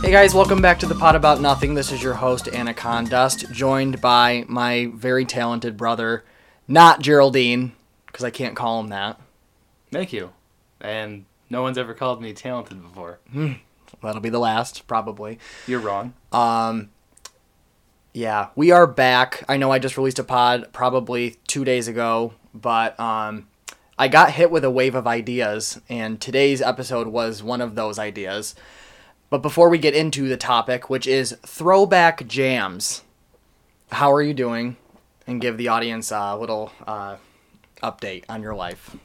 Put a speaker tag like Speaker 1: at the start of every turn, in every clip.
Speaker 1: Hey guys, welcome back to the Pot About Nothing. This is your host, Anna Condust, joined by my very talented brother, not Geraldine, because I can't call him that.
Speaker 2: Thank you. And no one's ever called me talented before.
Speaker 1: That'll be the last, probably.
Speaker 2: You're wrong.
Speaker 1: Yeah, we are back. I know I just released a pod probably two days ago, but um, I got hit with a wave of ideas, and today's episode was one of those ideas. But before we get into the topic, which is throwback jams, how are you doing? And give the audience a little uh, update on your life.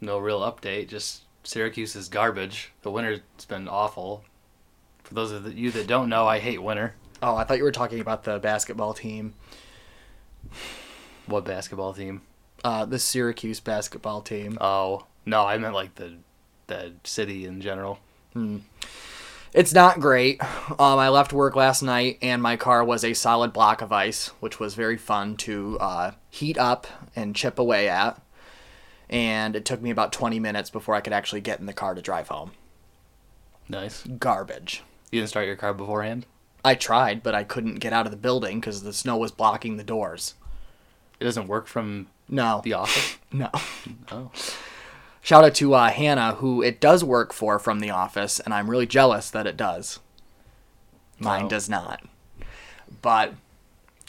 Speaker 2: No real update. Just Syracuse is garbage. The winter's been awful. For those of you that don't know, I hate winter.
Speaker 1: Oh, I thought you were talking about the basketball team,
Speaker 2: What basketball team?
Speaker 1: uh, the Syracuse basketball team.
Speaker 2: Oh, no, I meant like the the city in general.
Speaker 1: It's not great. Um, I left work last night, and my car was a solid block of ice, which was very fun to uh, heat up and chip away at. And it took me about 20 minutes before I could actually get in the car to drive home.
Speaker 2: Nice.
Speaker 1: Garbage.
Speaker 2: You didn't start your car beforehand?
Speaker 1: I tried, but I couldn't get out of the building because the snow was blocking the doors.
Speaker 2: It doesn't work from
Speaker 1: No.
Speaker 2: the office?
Speaker 1: No.
Speaker 2: Oh.
Speaker 1: Shout out to uh, Hannah, who it does work for from the office, and I'm really jealous that it does. Mine
Speaker 2: Oh.
Speaker 1: does not. But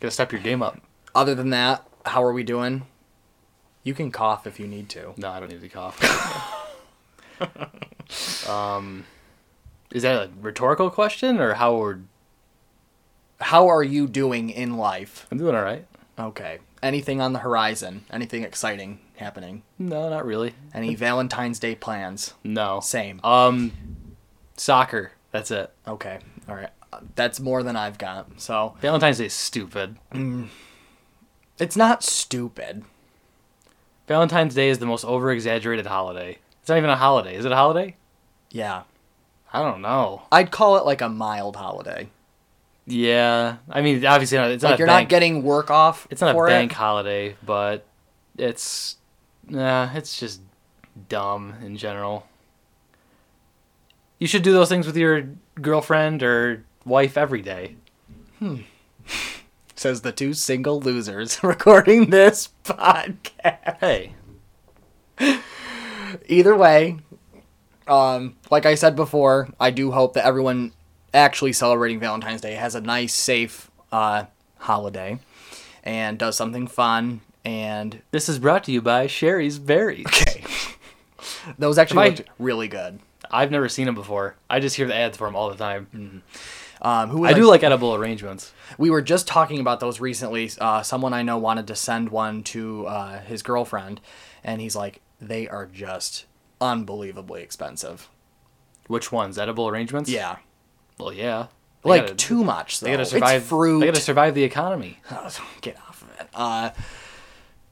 Speaker 2: Gotta step your game up.
Speaker 1: other than that, how are we doing? You can cough if you need to.
Speaker 2: No, I don't need to cough. um, is that a rhetorical question or how we're.
Speaker 1: How are you doing in life?
Speaker 2: I'm doing alright.
Speaker 1: Okay. Anything on the horizon? Anything exciting happening?
Speaker 2: No, not really.
Speaker 1: Any Valentine's Day plans?
Speaker 2: No.
Speaker 1: Same.
Speaker 2: Um, soccer. That's it.
Speaker 1: Okay. All right. Uh, That's more than I've got. So
Speaker 2: Valentine's Day is stupid.
Speaker 1: it's not stupid.
Speaker 2: Valentine's Day is the most over exaggerated holiday. It's not even a holiday. Is it a holiday?
Speaker 1: Yeah.
Speaker 2: I don't know.
Speaker 1: I'd call it like a mild holiday.
Speaker 2: Yeah. I mean, obviously, not, it's
Speaker 1: Like
Speaker 2: not
Speaker 1: you're
Speaker 2: a bank.
Speaker 1: not getting work off.
Speaker 2: it's not
Speaker 1: for
Speaker 2: a bank
Speaker 1: It.
Speaker 2: holiday, but it's nah, it's just dumb in general. You should do those things with your girlfriend or wife every day.
Speaker 1: Says the two single losers recording this podcast.
Speaker 2: Hey,
Speaker 1: either way, um, like I said before, I do hope that everyone actually celebrating Valentine's Day has a nice, safe uh, holiday and does something fun. And
Speaker 2: this is brought to you by Sherry's Berries.
Speaker 1: those actually
Speaker 2: Am I-
Speaker 1: looked really good.
Speaker 2: I've never seen them before. I just hear the ads for them all the time.
Speaker 1: Mm. Um, who was
Speaker 2: I do like edible arrangements.
Speaker 1: We were just talking about those recently. Uh, someone I know wanted to send one to uh, his girlfriend, and he's like, "They are just unbelievably expensive."
Speaker 2: Which ones? Edible arrangements?
Speaker 1: Yeah,
Speaker 2: Well, yeah. They
Speaker 1: like
Speaker 2: gotta-
Speaker 1: too much. Though.
Speaker 2: They gotta survive.
Speaker 1: It's fruit.
Speaker 2: They gotta survive the economy.
Speaker 1: get off of it. Uh,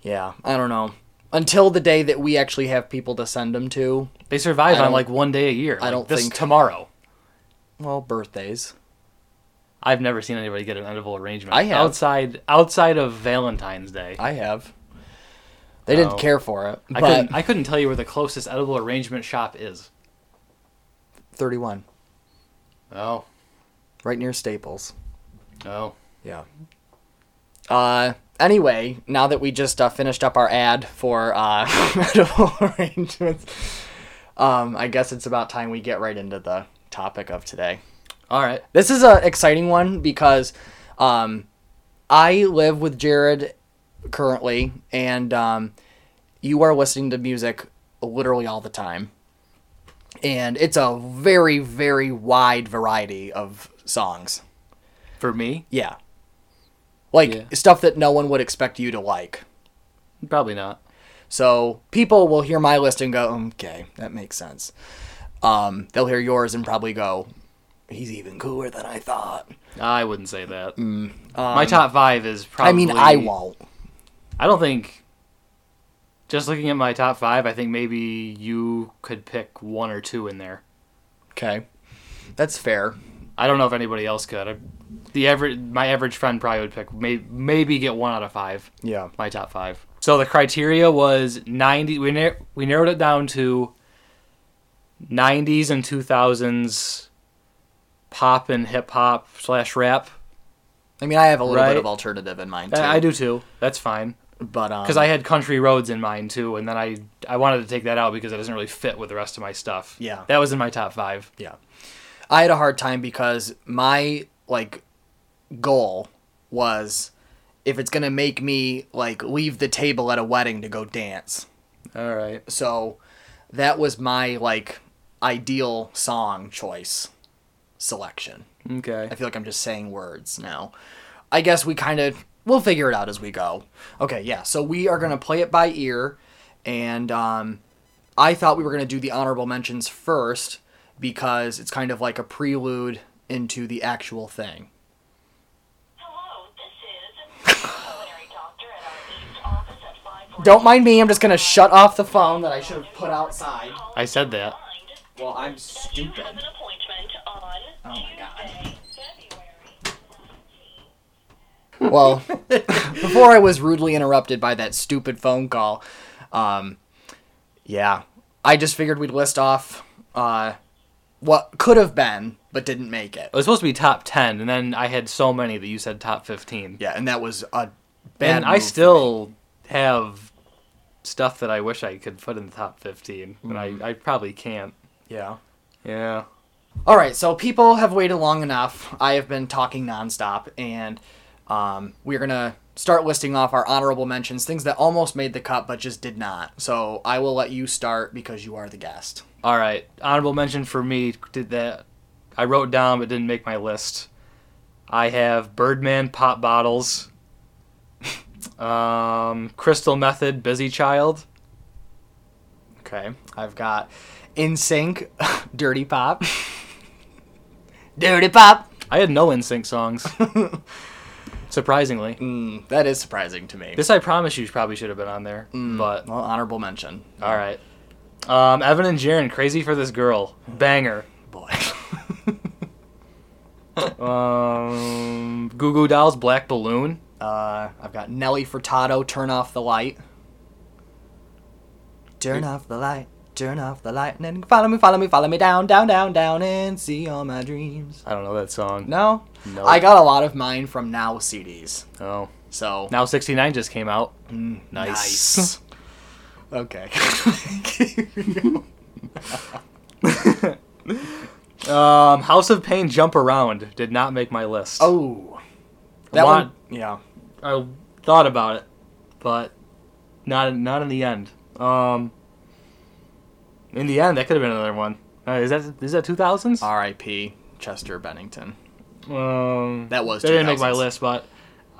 Speaker 1: yeah, I don't know. Until the day that we actually have people to send them to,
Speaker 2: They survive
Speaker 1: I
Speaker 2: on
Speaker 1: don't-
Speaker 2: like one day a year.
Speaker 1: I
Speaker 2: like,
Speaker 1: don't
Speaker 2: this
Speaker 1: think-
Speaker 2: tomorrow.
Speaker 1: well, birthdays.
Speaker 2: I've never seen anybody get an edible arrangement.
Speaker 1: I have.
Speaker 2: outside outside of Valentine's Day. I,
Speaker 1: I have. They didn't
Speaker 2: Oh.
Speaker 1: care for it, but
Speaker 2: couldn't I couldn't tell you where the closest edible arrangement shop is.
Speaker 1: 31,
Speaker 2: Oh,
Speaker 1: right near Staples.
Speaker 2: oh,
Speaker 1: Yeah. Uh, anyway, now that we just uh, finished up our ad for uh, medical arrangements, um, I guess it's about time we get right into the topic of today.
Speaker 2: all right.
Speaker 1: This is an exciting one because um, I live with Jared currently, and um, you are listening to music literally all the time. And it's a very, very wide variety of songs.
Speaker 2: For me,
Speaker 1: Yeah. Like
Speaker 2: Yeah.
Speaker 1: stuff that no one would expect you to like.
Speaker 2: probably not.
Speaker 1: So people will hear my list and go, okay, that makes sense. Um, they'll hear yours and probably go, he's even cooler than I thought.
Speaker 2: I wouldn't say that. My top five is probably.
Speaker 1: Mm. Um, I mean, I won't.
Speaker 2: I don't think. Just looking at my top five, I think maybe you could pick one or two in there.
Speaker 1: Okay. That's fair.
Speaker 2: I don't know if anybody else could. I, the average, my average friend probably would pick maybe maybe get one out of five.
Speaker 1: Yeah.
Speaker 2: my top five. So the criteria was ninety. We nar- we narrowed it down to nineties and two thousands pop and hip hop slash rap.
Speaker 1: I mean, I have a little
Speaker 2: Right.
Speaker 1: bit of alternative in mind too.
Speaker 2: I, I do too. That's fine.
Speaker 1: but um,
Speaker 2: Because I had Country Roads in mind too, and then I I wanted to take that out because it doesn't really fit with the rest of my stuff.
Speaker 1: Yeah.
Speaker 2: that was in my top five.
Speaker 1: Yeah. I had a hard time because my like goal was if it's going to make me like leave the table at a wedding to go dance.
Speaker 2: All right.
Speaker 1: So that was my like ideal song choice selection.
Speaker 2: Okay.
Speaker 1: I feel like I'm just saying words now. I guess we kind of we'll figure it out as we go. Okay, yeah. So we are gonna play it by ear, and um, I thought we were gonna do the honorable mentions first because it's kind of like a prelude into the actual thing.
Speaker 3: Hello, this is veterinary doctor at our east office at 545.
Speaker 1: Don't mind me. I'm just gonna shut off the phone that I should have put outside.
Speaker 2: I said that.
Speaker 1: Well, I'm
Speaker 3: You have
Speaker 1: stupid.
Speaker 3: an appointment on
Speaker 1: Oh my God.
Speaker 3: Tuesday, February
Speaker 1: Well, before I was rudely interrupted by that stupid phone call, um, yeah, I just figured we'd list off uh, what could have been but didn't make it.
Speaker 2: It was supposed to be top ten, and then I had so many that you said top fifteen.
Speaker 1: Yeah, and that was a bad.
Speaker 2: and I
Speaker 1: move.
Speaker 2: still have stuff that I wish I could put in the top 15, but I, I probably can't.
Speaker 1: yeah.
Speaker 2: Yeah.
Speaker 1: All right, so people have waited long enough. I have been talking nonstop, and um, we're gonna start listing off our honorable mentions, things that almost made the cut but just did not. So I will let you start because you are the guest.
Speaker 2: All right. Honorable mention for me did that. I wrote down but didn't make my list. I have Birdman pop bottles, um, Crystal Method, Busy Child. Okay.
Speaker 1: I've got In Sync, Dirty Pop. Dirty Pop.
Speaker 2: I had no NSYNC songs, surprisingly.
Speaker 1: Mm, that is surprising to me.
Speaker 2: This I promise you probably should have been on there,
Speaker 1: Mm.
Speaker 2: but
Speaker 1: well, honorable mention.
Speaker 2: All right. Um, Evan and Jaren, crazy for this girl, banger.
Speaker 1: Oh, Boy.
Speaker 2: Um, Goo Goo Dolls, Black Balloon.
Speaker 1: uh, I've got Nelly Furtado, Turn Off the Light. Turn off the light, turn off the light, and then follow me, follow me, follow me down, down, down, down, and see all my dreams.
Speaker 2: I don't know that song.
Speaker 1: No?
Speaker 2: No.
Speaker 1: I got a lot of mine from Now CDs.
Speaker 2: Oh,
Speaker 1: So.
Speaker 2: now sixty nine just came out.
Speaker 1: Nice.
Speaker 2: Nice.
Speaker 1: Okay.
Speaker 2: Um, House of Pain, Jump Around did not make my list.
Speaker 1: oh. That
Speaker 2: One-
Speaker 1: one. Yeah.
Speaker 2: I thought about it, but not not in the end. Um, in the end, that could have been another one. Uh, is that is that two thousands?
Speaker 1: Uh, R.I.P. Chester Bennington.
Speaker 2: Um,
Speaker 1: That was
Speaker 2: that didn't make my
Speaker 1: 2000s.
Speaker 2: list, but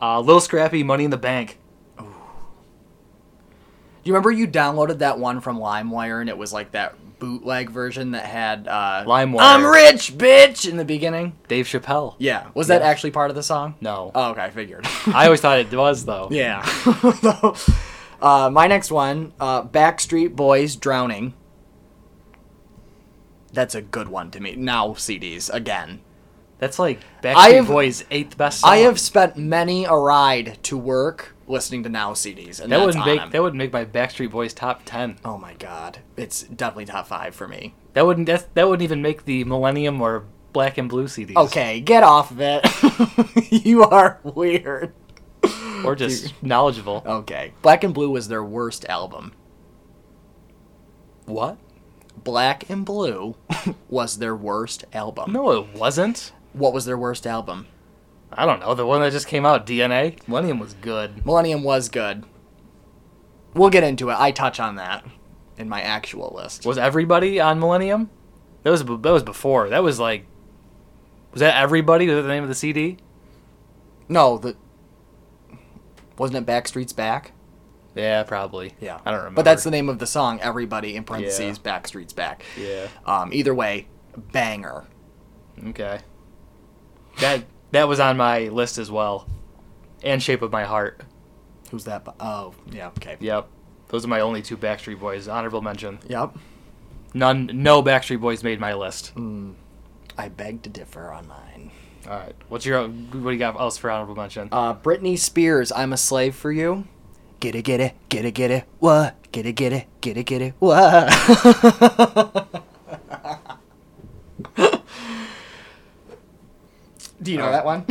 Speaker 2: uh, Little Scrappy, Money in the Bank.
Speaker 1: You remember you downloaded that one from LimeWire and it was like that bootleg version that had uh,
Speaker 2: LimeWire.
Speaker 1: I'm rich, bitch, in the beginning.
Speaker 2: Dave Chappelle.
Speaker 1: Yeah, was that
Speaker 2: Yeah.
Speaker 1: actually part of the song?
Speaker 2: No.
Speaker 1: Oh, okay, I figured.
Speaker 2: I always thought it was though.
Speaker 1: yeah. So, uh, my next one, uh, Backstreet Boys, Drowning. That's a good one to me. Now CDs again.
Speaker 2: That's like
Speaker 1: I
Speaker 2: Backstreet
Speaker 1: have-
Speaker 2: Boys' eighth best song.
Speaker 1: I have spent many a ride to work listening to Now CDs, and
Speaker 2: that
Speaker 1: that's
Speaker 2: would
Speaker 1: on
Speaker 2: make
Speaker 1: them.
Speaker 2: that would make my Backstreet Boys top ten.
Speaker 1: Oh my god, it's definitely top five for me.
Speaker 2: That wouldn't that's, that wouldn't even make the Millennium or Black and Blue CDs.
Speaker 1: Okay, get off of it. you are weird.
Speaker 2: Or just knowledgeable.
Speaker 1: Okay. Black and Blue was their worst album.
Speaker 2: What?
Speaker 1: Black and Blue was their worst album.
Speaker 2: No, it wasn't.
Speaker 1: What was their worst album?
Speaker 2: I don't know. The one that just came out, DNA. Millennium was good.
Speaker 1: Millennium was good. We'll get into it. I touch on that in my actual list.
Speaker 2: Was everybody on Millennium? That was b- that was before. That was like. Was that everybody? Was that the name of the CD?
Speaker 1: No, the wasn't it Backstreet's Back?
Speaker 2: Yeah, probably.
Speaker 1: Yeah,
Speaker 2: I don't remember.
Speaker 1: But that's the name of the song. Everybody in parentheses Backstreet's Back.
Speaker 2: Yeah.
Speaker 1: Um, either way, banger.
Speaker 2: Okay. That that was on my list as well. And Shape of My Heart.
Speaker 1: Who's that? bu- Oh, yeah. Okay.
Speaker 2: Yep. Those are my only two Backstreet Boys. Honorable mention.
Speaker 1: Yep.
Speaker 2: None no Backstreet Boys made my list.
Speaker 1: I beg to differ on mine.
Speaker 2: Alright. What's your what do you got else for honorable mention?
Speaker 1: Uh, Britney Spears, I'm a slave for you. Get it, get it, get it, get it, what? Get it, get it, get it, get it, what? Do you know
Speaker 2: Uh,
Speaker 1: that one?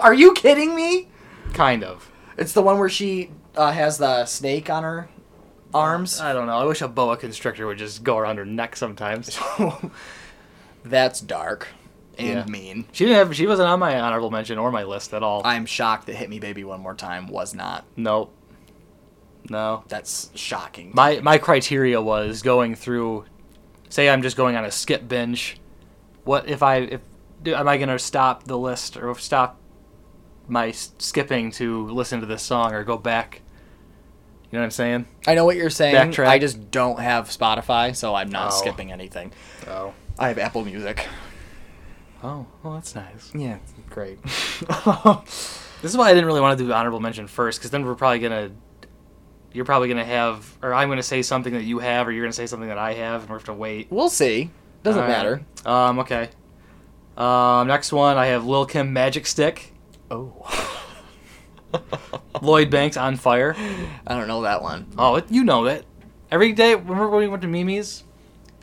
Speaker 1: Are you kidding me?
Speaker 2: kind of.
Speaker 1: It's the one where she uh, has the snake on her arms.
Speaker 2: I don't know. I wish a boa constrictor would just go around her neck sometimes.
Speaker 1: That's dark and
Speaker 2: Uh, Yeah.
Speaker 1: mean.
Speaker 2: She didn't have. She wasn't on my honorable mention or my list at all.
Speaker 1: I'm shocked that Hit Me Baby One More Time was not.
Speaker 2: nope. No.
Speaker 1: That's shocking.
Speaker 2: My my criteria was going through. Say I'm just going on a skip binge. What if I if do- am I gonna stop the list or stop my s- skipping to listen to this song or go back? You know what I'm saying?
Speaker 1: I know what you're saying.
Speaker 2: Backtrack.
Speaker 1: I just don't have Spotify, so I'm not
Speaker 2: Oh.
Speaker 1: skipping anything.
Speaker 2: Oh.
Speaker 1: I have Apple Music.
Speaker 2: Oh, well, that's nice.
Speaker 1: Yeah, great.
Speaker 2: This is why I didn't really want to do honorable mention first, because then we're probably gonna, you're probably gonna have, or I'm gonna say something that you have, or you're gonna say something that I have, and we're gonna have to wait.
Speaker 1: we'll see. Doesn't
Speaker 2: All right.
Speaker 1: matter.
Speaker 2: Um. Okay. Um. Next one, I have Lil Kim Magic Stick,
Speaker 1: Oh.
Speaker 2: Lloyd Banks on fire.
Speaker 1: I don't know that one.
Speaker 2: Oh, it, you know it. Every day, remember when we went to Mimi's,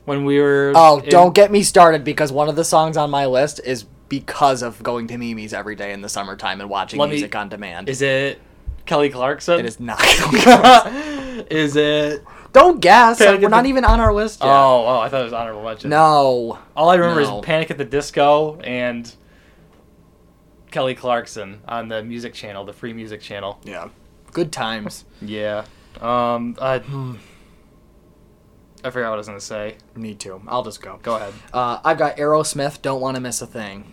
Speaker 2: when we were.
Speaker 1: Oh,
Speaker 2: in-
Speaker 1: don't get me started because one of the songs on my list is because of going to Mimi's every day in the summertime and watching
Speaker 2: Let me-
Speaker 1: music on demand.
Speaker 2: Is it Kelly Clarkson?
Speaker 1: it is not.
Speaker 2: is it?
Speaker 1: don't guess.
Speaker 2: Panic
Speaker 1: We're
Speaker 2: at
Speaker 1: not
Speaker 2: the-
Speaker 1: even on our list yet.
Speaker 2: Oh, oh, I thought it was honorable mention.
Speaker 1: No.
Speaker 2: All I remember
Speaker 1: No.
Speaker 2: is Panic at the Disco and Kelly Clarkson on the music channel, the free music channel.
Speaker 1: Yeah. Good times.
Speaker 2: Yeah. Um. I, I forgot what I was gonna say.
Speaker 1: me too. I'll just go.
Speaker 2: Go ahead.
Speaker 1: Uh, I've got Aerosmith, Don't Want to Miss a Thing.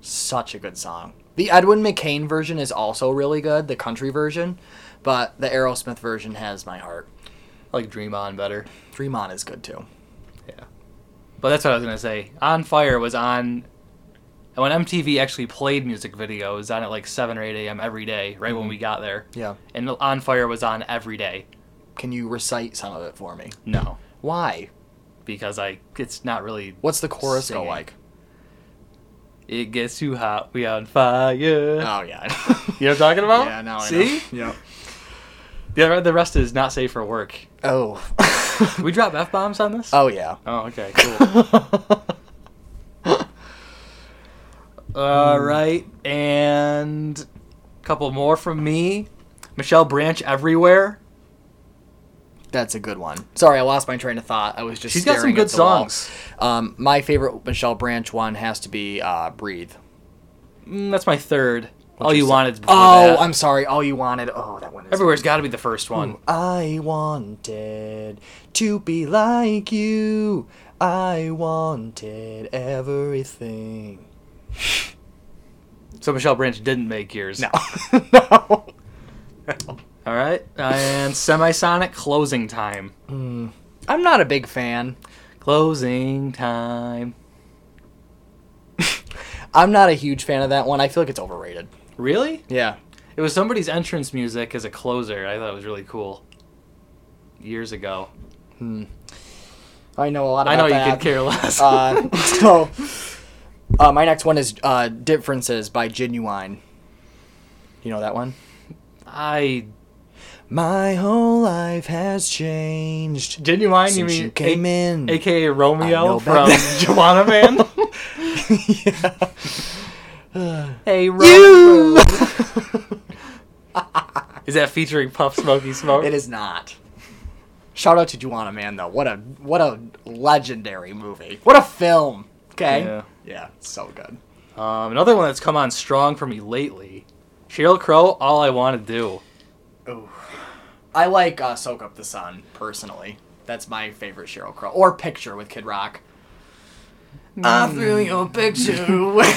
Speaker 1: Such a good song. The Edwin McCain version is also really good, the country version, but the Aerosmith version has my heart.
Speaker 2: I like Dream On better.
Speaker 1: Dream On is good too.
Speaker 2: Yeah. But that's what I was gonna say. On Fire was on. and When MTV actually played music videos on at like 7 or 8 a.m. every day, right when we got there.
Speaker 1: Yeah.
Speaker 2: And On Fire was on every day.
Speaker 1: Can you recite some of it for me?
Speaker 2: No.
Speaker 1: Why?
Speaker 2: Because I, it's not really
Speaker 1: What's the chorus go
Speaker 2: Singing.
Speaker 1: like?
Speaker 2: It gets too hot, we on fire.
Speaker 1: Oh yeah.
Speaker 2: You know what I'm talking about?
Speaker 1: yeah, now I
Speaker 2: See?
Speaker 1: know. Yeah.
Speaker 2: The, other- the rest is not safe for work.
Speaker 1: Oh.
Speaker 2: We drop F bombs on this?
Speaker 1: oh yeah.
Speaker 2: Oh, okay, cool. All right, and a couple more from me. Michelle Branch everywhere.
Speaker 1: That's a good one. Sorry, I lost my train of thought. I was just
Speaker 2: She's got
Speaker 1: staring
Speaker 2: some good
Speaker 1: at the wall.
Speaker 2: songs.
Speaker 1: Um, my favorite Michelle Branch one has to be uh, "Breathe."
Speaker 2: Mm, that's my third. All
Speaker 1: your
Speaker 2: you
Speaker 1: sec-
Speaker 2: wanted's before
Speaker 1: Oh,
Speaker 2: that.
Speaker 1: I'm sorry. Hmm. All you wanted. Oh, that one. Is
Speaker 2: Everywhere's got to be the first one.
Speaker 1: I wanted to be like you. I wanted everything.
Speaker 2: So Michelle Branch didn't make yours.
Speaker 1: No, no.
Speaker 2: All right, and Semisonic closing time.
Speaker 1: I'm not a big fan.
Speaker 2: Closing time.
Speaker 1: I'm not a huge fan of that one. I feel like it's overrated.
Speaker 2: Really?
Speaker 1: Yeah.
Speaker 2: It was somebody's entrance music as a closer. I thought it was really cool. Years ago.
Speaker 1: I know a lot
Speaker 2: I
Speaker 1: about
Speaker 2: know
Speaker 1: that.
Speaker 2: you could care less.
Speaker 1: Uh, so, uh, my next one is uh, Differences by Genuine. You know that one?
Speaker 2: I
Speaker 1: My whole life has changed
Speaker 2: genuine. you
Speaker 1: since
Speaker 2: mean
Speaker 1: you came in.
Speaker 2: aka
Speaker 1: I know
Speaker 2: Romeo
Speaker 1: about
Speaker 2: from
Speaker 1: that.
Speaker 2: Joanna Man?
Speaker 1: Yeah.
Speaker 2: hey Romeo.
Speaker 1: You.
Speaker 2: Is that featuring Puff Smoky Smoke?
Speaker 1: It is not. Shout out to Juana Man though. What a what a legendary movie. What a film. Okay.
Speaker 2: Yeah.
Speaker 1: Yeah, it's so good.
Speaker 2: Um, another one that's come on strong for me lately. Sheryl Crow. All I want to do.
Speaker 1: I like uh, Soak Up the Sun personally. That's my favorite Cheryl Crow or Picture with Kid Rock. Um, I threw your picture away.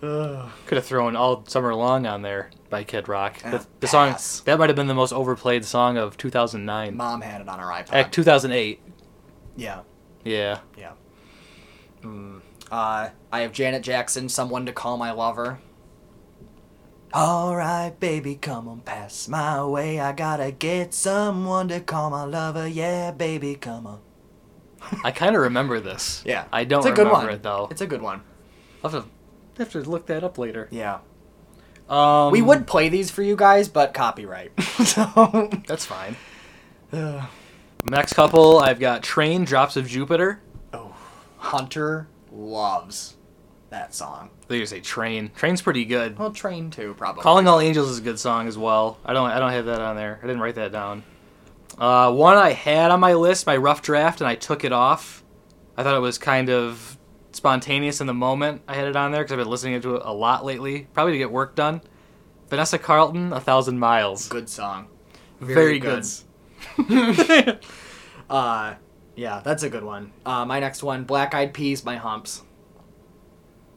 Speaker 2: Man. Could have thrown all summer long on there by Kid Rock. The, the song
Speaker 1: Oh, pass.
Speaker 2: that might have been the most overplayed song of 2009.
Speaker 1: Mom had it on her iPod.
Speaker 2: Act 2008.
Speaker 1: yeah,
Speaker 2: Yeah.
Speaker 1: yeah. Mm. Uh, I have Janet Jackson, Someone to Call My Lover. All right, baby, come on, pass my way. I gotta get someone to call my lover. Yeah, baby, come on.
Speaker 2: I kind of remember this.
Speaker 1: Yeah,
Speaker 2: I don't
Speaker 1: It's a good
Speaker 2: remember
Speaker 1: one.
Speaker 2: it though.
Speaker 1: It's a good one.
Speaker 2: I'll have to, have to look that up later.
Speaker 1: Yeah,
Speaker 2: Um,
Speaker 1: we would play these for you guys, but copyright. so
Speaker 2: That's fine.
Speaker 1: Ugh.
Speaker 2: Next couple, I've got Train Drops of Jupiter.
Speaker 1: Hunter loves that song.
Speaker 2: They just say train. Train's pretty good.
Speaker 1: Well, Train too, probably.
Speaker 2: Calling All Angels is a good song as well. I don't I don't have that on there. I didn't write that down. Uh, one I had on my list, my rough draft, and I took it off. I thought it was kind of spontaneous in the moment. I had it on there because I've been listening to it a lot lately, probably to get work done. Vanessa Carlton, A Thousand Miles.
Speaker 1: good song.
Speaker 2: Very, good.
Speaker 1: Uh, yeah, that's a good one. Uh, my next one, Black Eyed Peas, My Humps.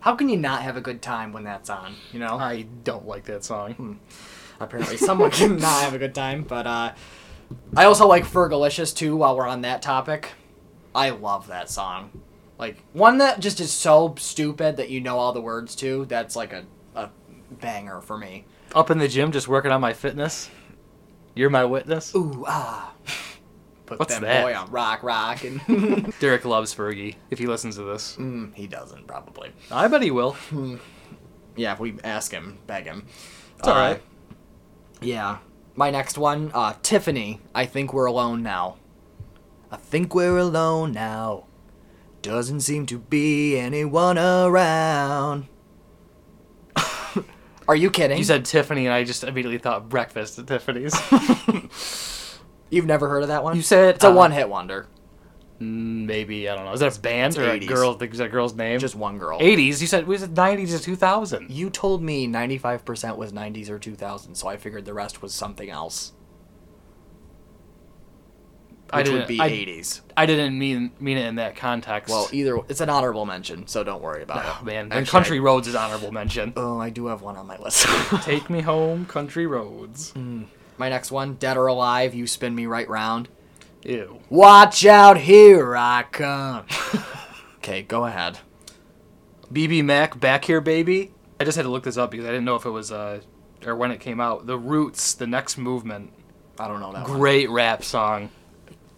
Speaker 1: How can you not have a good time when that's on? You know,
Speaker 2: I don't like that song.
Speaker 1: apparently someone can not have a good time. But uh, I also like Fergalicious too. While we're on that topic, I love that song. Like one that just is so stupid that you know all the words to. That's like a, a banger for me.
Speaker 2: Up in the gym, just working on my fitness. You're my witness.
Speaker 1: Ooh ah. Put
Speaker 2: What's
Speaker 1: that,
Speaker 2: that?
Speaker 1: boy on rock, rock, and
Speaker 2: Derek loves Fergie. If he listens to this,
Speaker 1: Mm, he doesn't probably.
Speaker 2: I bet he will.
Speaker 1: Yeah, if we ask him, beg him. Uh,
Speaker 2: It's all right.
Speaker 1: Yeah. My next one, uh, Tiffany. I think we're alone now. I think we're alone now. Doesn't seem to be anyone around. Are you kidding?
Speaker 2: You said Tiffany, and I just immediately thought breakfast at Tiffany's.
Speaker 1: You've never heard of that one?
Speaker 2: You said,
Speaker 1: it's a
Speaker 2: uh,
Speaker 1: one-hit wonder.
Speaker 2: Mm, Maybe I don't know. Is that a band or
Speaker 1: 80s.
Speaker 2: a girl? Is that a girl's name?
Speaker 1: Just one girl.
Speaker 2: 80s. You said we said 90s to 2000.
Speaker 1: You told me 95% was 90s or 2000, so I figured the rest was something else.
Speaker 2: I
Speaker 1: Which
Speaker 2: didn't.
Speaker 1: would be
Speaker 2: I,
Speaker 1: 80s.
Speaker 2: I didn't mean mean it in that context.
Speaker 1: Well, e- either it's an honorable mention, so don't worry about
Speaker 2: oh,
Speaker 1: it.
Speaker 2: man, and
Speaker 1: Actually,
Speaker 2: Country Roads is honorable mention.
Speaker 1: I- oh, I do have one on my list.
Speaker 2: Take me home, Country Roads.
Speaker 1: My next one, Dead or Alive, You Spin Me Right Round.
Speaker 2: Ew.
Speaker 1: Watch out, here I come. okay, go ahead.
Speaker 2: BB Mac, back here, baby. I just had to look this up because I didn't know if it was uh or when it came out. The Roots, the next movement.
Speaker 1: I don't know that one.
Speaker 2: Great rap song.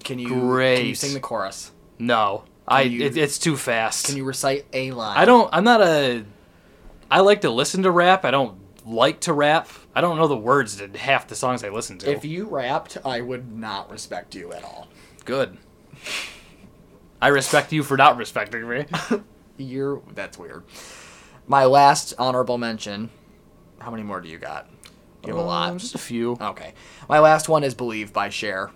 Speaker 1: Can you can you
Speaker 2: Great.
Speaker 1: sing the chorus?
Speaker 2: No, I
Speaker 1: you-
Speaker 2: it, it's too fast.
Speaker 1: Can you recite a line?
Speaker 2: I don't. I'm not a. I like to listen to rap. I don't like to rap. I don't know the words to half the songs I listen to.
Speaker 1: If you rapped, I would not respect you at all.
Speaker 2: Good. I respect you for not respecting me.
Speaker 1: You're that's weird. My last honorable mention. How many more do you got? You have a lot. Uh,
Speaker 2: Um, Just a few.
Speaker 1: Okay. My last one is Believe by Cher.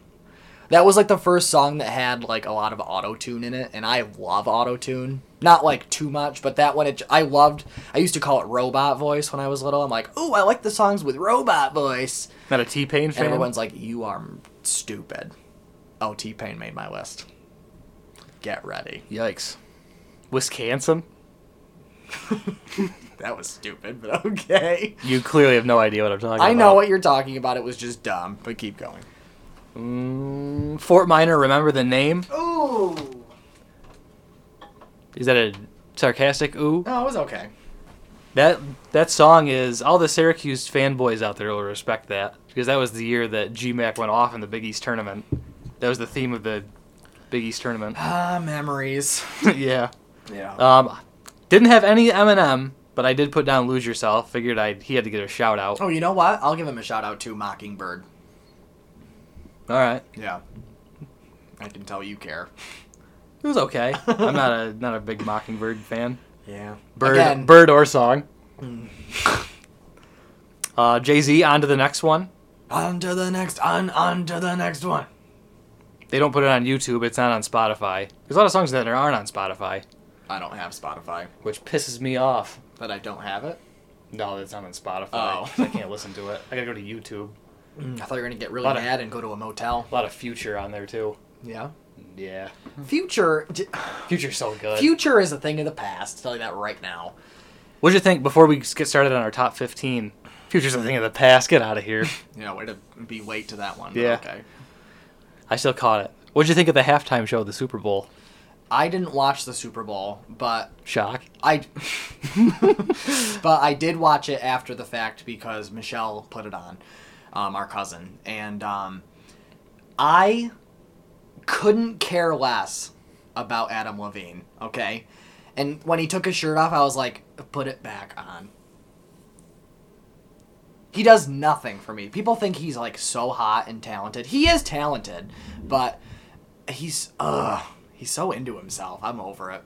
Speaker 1: That was like the first song that had like a lot of auto tune in it, and I love auto tune. Not like too much, but that one it, I loved. I used to call it robot voice when I was little. I'm like, oh, I like the songs with robot voice.
Speaker 2: Not a T Pain
Speaker 1: And
Speaker 2: fan.
Speaker 1: everyone's like, you are m- stupid. Oh, T Pain made my list. Get ready.
Speaker 2: Yikes. Wisconsin.
Speaker 1: That was stupid, but okay.
Speaker 2: You clearly have no idea what I'm talking about.
Speaker 1: I know what you're talking about. It was just dumb, but keep going.
Speaker 2: Mm, Fort Minor. Remember the name?
Speaker 1: Ooh.
Speaker 2: Is that a sarcastic ooh?
Speaker 1: No, Oh, it was okay.
Speaker 2: That that song is all the Syracuse fanboys out there will respect that because that was the year that GMAC went off in the Big East tournament. That was the theme of the Big East tournament.
Speaker 1: Ah, memories.
Speaker 2: yeah.
Speaker 1: Yeah.
Speaker 2: Um, didn't have any Eminem, but I did put down "Lose Yourself." Figured I he had to get a shout out.
Speaker 1: Oh, you know what? I'll give him a shout out to Mockingbird.
Speaker 2: All right,
Speaker 1: Yeah. I can tell you care.
Speaker 2: it was okay. I'm not a not a big Mockingbird fan.
Speaker 1: Yeah.
Speaker 2: Bird
Speaker 1: Again,
Speaker 2: bird or song. uh, Jay Z on to the next one.
Speaker 1: On to the next, on, on to the next one.
Speaker 2: They don't put it on YouTube. It's not on Spotify. There's a lot of songs that aren't on Spotify.
Speaker 1: I don't have Spotify,
Speaker 2: which pisses me off.
Speaker 1: but I don't have it.
Speaker 2: No, that's not on Spotify.
Speaker 1: Oh.
Speaker 2: 'cause I can't listen to it. I gotta go to YouTube.
Speaker 1: Mm. I thought you were going to get really
Speaker 2: Lot of-
Speaker 1: mad and go to a motel.
Speaker 2: A lot of Future on there too.
Speaker 1: Yeah.
Speaker 2: Yeah,
Speaker 1: Future, d-
Speaker 2: Future's so good.
Speaker 1: future is a thing of the past. Tell you that right now.
Speaker 2: What'd you think before we get started on our top fifteen? Future's a thing of the past. Get out of here.
Speaker 1: Yeah, way to be late to that one.
Speaker 2: but Yeah. okay. I still caught it. What'd you think of the halftime show of the Super Bowl?
Speaker 1: I didn't watch the Super Bowl, but
Speaker 2: Shock.
Speaker 1: I, but I did watch it after the fact because Michelle put it on, um, our cousin, and um, I couldn't care less about Adam Levine. Okay, and when he took his shirt off, I was like, put it back on. He does nothing for me. People think he's like so hot and talented. He is talented, but he's uh he's so into himself. I'm over it.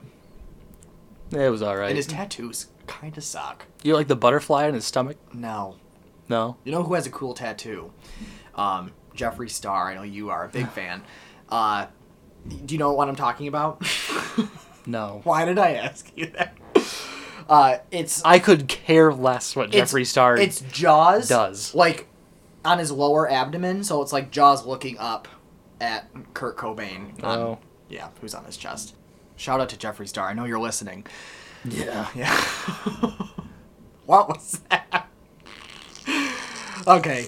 Speaker 2: It was all
Speaker 1: And his
Speaker 2: right.
Speaker 1: tattoos kind of suck.
Speaker 2: You like the butterfly in his stomach?
Speaker 1: No.
Speaker 2: No.
Speaker 1: You know who has a cool tattoo? Um, Jeffree Star. I know you are a big fan. Uh, do you know what I'm talking about?
Speaker 2: No.
Speaker 1: Why did I ask you that? Uh, it's
Speaker 2: I could care less what
Speaker 1: it's-
Speaker 2: Jeffree Star.
Speaker 1: It's jaws
Speaker 2: does.
Speaker 1: like on his lower abdomen, so it's like jaws looking up at Kurt Cobain. on-
Speaker 2: Oh.
Speaker 1: yeah, who's on his chest? Shout out to Jeffree Star. I know you're listening.
Speaker 2: yeah.
Speaker 1: Yeah. what was that? okay.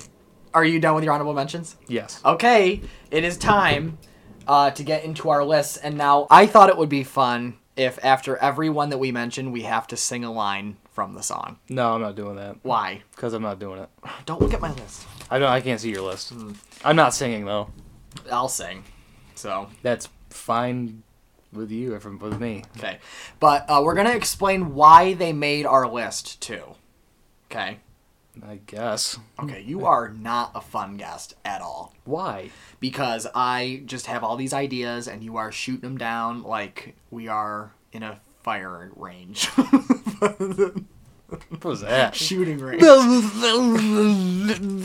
Speaker 1: Are you done with your honorable mentions?
Speaker 2: Yes.
Speaker 1: Okay, it is time uh, to get into our list. And now I thought it would be fun if after every one that we mention, we have to sing a line from the song.
Speaker 2: No, I'm not doing that
Speaker 1: Why?
Speaker 2: because I'm not doing it.
Speaker 1: Don't look at my list.
Speaker 2: I don't. I can't see your list. I'm not singing though.
Speaker 1: I'll sing. So,
Speaker 2: That's fine with you or from with me.
Speaker 1: okay. But uh, we're going to explain why they made our list, too. Okay.
Speaker 2: I guess.
Speaker 1: Okay, you are not a fun guest at all.
Speaker 2: Why?
Speaker 1: because I just have all these ideas and you are shooting them down like we are in a fire range.
Speaker 2: What was that?
Speaker 1: Shooting range.
Speaker 2: it's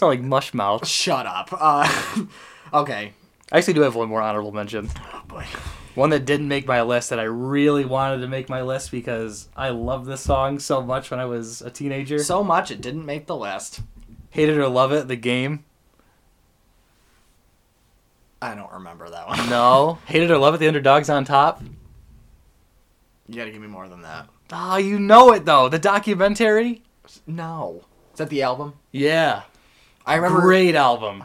Speaker 2: not like mush mouth.
Speaker 1: Shut up. Uh, okay.
Speaker 2: I actually do have one more honorable mention.
Speaker 1: Oh boy.
Speaker 2: One that didn't make my list that I really wanted to make my list because I loved this song so much when I was a teenager.
Speaker 1: So much it didn't make the list.
Speaker 2: Hate it or love it, the game.
Speaker 1: I don't remember that one.
Speaker 2: No. Hate it or love it, the underdog's on top.
Speaker 1: You gotta give me more than that.
Speaker 2: Oh, you know it though. The documentary.
Speaker 1: No. Is that the album?
Speaker 2: Yeah.
Speaker 1: I remember.
Speaker 2: Great album.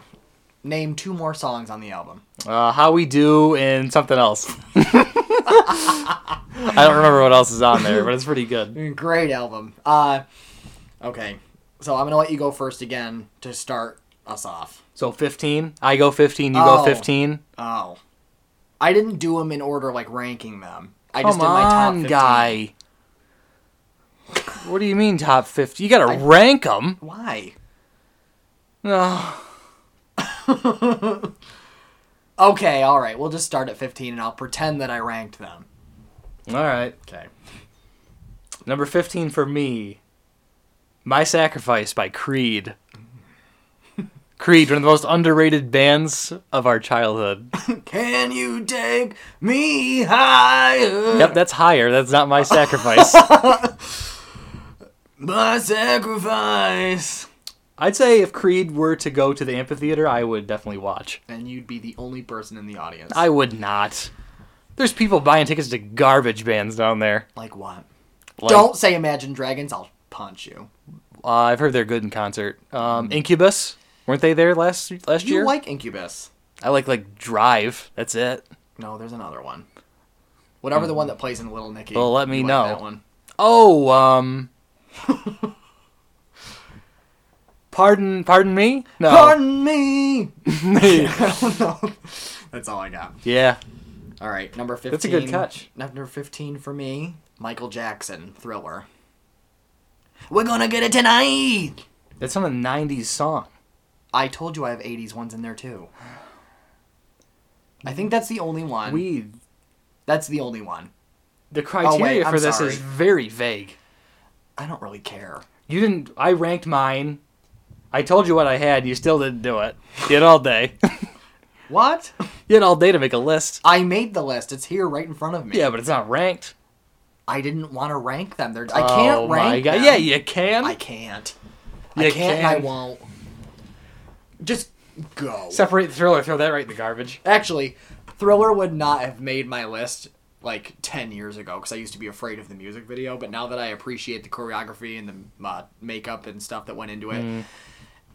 Speaker 1: Name two more songs on the album.
Speaker 2: Uh, How We Do and something else. I don't remember what else is on there, but it's pretty good.
Speaker 1: Great album. Uh, okay. So I'm gonna let you go first again to start us off.
Speaker 2: So 15. I go 15, you
Speaker 1: Oh.
Speaker 2: go 15.
Speaker 1: Oh. I didn't do them in order like ranking them. I just
Speaker 2: Come
Speaker 1: did my top
Speaker 2: on,
Speaker 1: 15.
Speaker 2: guy. What do you mean top 50? You gotta 'em. rank them.
Speaker 1: Why?
Speaker 2: Oh,
Speaker 1: Okay, all right. We'll just start at 15 and I'll pretend that I ranked them.
Speaker 2: all right.
Speaker 1: Okay.
Speaker 2: Number 15 for me My Sacrifice by Creed. Creed, one of the most underrated bands of our childhood.
Speaker 1: Can you take me higher?
Speaker 2: Yep, that's higher. That's not my sacrifice.
Speaker 1: My sacrifice.
Speaker 2: I'd say if Creed were to go to the amphitheater, I would definitely watch.
Speaker 1: And you'd be the only person in the audience.
Speaker 2: I would not. There's people buying tickets to garbage bands down there.
Speaker 1: like what?
Speaker 2: Like,
Speaker 1: Don't say Imagine Dragons. I'll punch you.
Speaker 2: Uh, I've heard they're good in concert. Um, Incubus weren't they there last last
Speaker 1: Do you
Speaker 2: year?
Speaker 1: like Incubus?
Speaker 2: I like like Drive. That's it.
Speaker 1: No, there's another one. Whatever the one that plays in Little Nicky.
Speaker 2: Well, let me
Speaker 1: You like
Speaker 2: know.
Speaker 1: that one.
Speaker 2: Oh, um, pardon, pardon me. No.
Speaker 1: Pardon me. I don't know. That's all I got.
Speaker 2: yeah.
Speaker 1: All right, number 15.
Speaker 2: That's a good catch.
Speaker 1: Number 15 for me, Michael Jackson, Thriller. We're gonna get it tonight!
Speaker 2: That's from a '90s song.
Speaker 1: I told you I have 80s ones in there too. I think that's the only one.
Speaker 2: We
Speaker 1: that's the only one.
Speaker 2: the criteria
Speaker 1: Oh, I'm
Speaker 2: for this
Speaker 1: sorry.
Speaker 2: is very vague.
Speaker 1: I don't really care.
Speaker 2: You didn't. I ranked mine. I told you what I had. You still didn't do it. You had all day.
Speaker 1: What?
Speaker 2: you had all day to make a list.
Speaker 1: I made the list. It's here right in front of me.
Speaker 2: Yeah, but it's not ranked.
Speaker 1: I didn't want to rank them. They're, I can't
Speaker 2: oh
Speaker 1: rank
Speaker 2: my god.
Speaker 1: them.
Speaker 2: Yeah, you can.
Speaker 1: I can't. I
Speaker 2: You
Speaker 1: can't and I
Speaker 2: can.
Speaker 1: won't. Just go.
Speaker 2: Separate the thriller. Throw that right in the garbage.
Speaker 1: Actually, Thriller would not have made my list like 10 years ago because I used to be afraid of the music video, but now that I appreciate the choreography and the uh, makeup and stuff that went into it,
Speaker 2: Mm.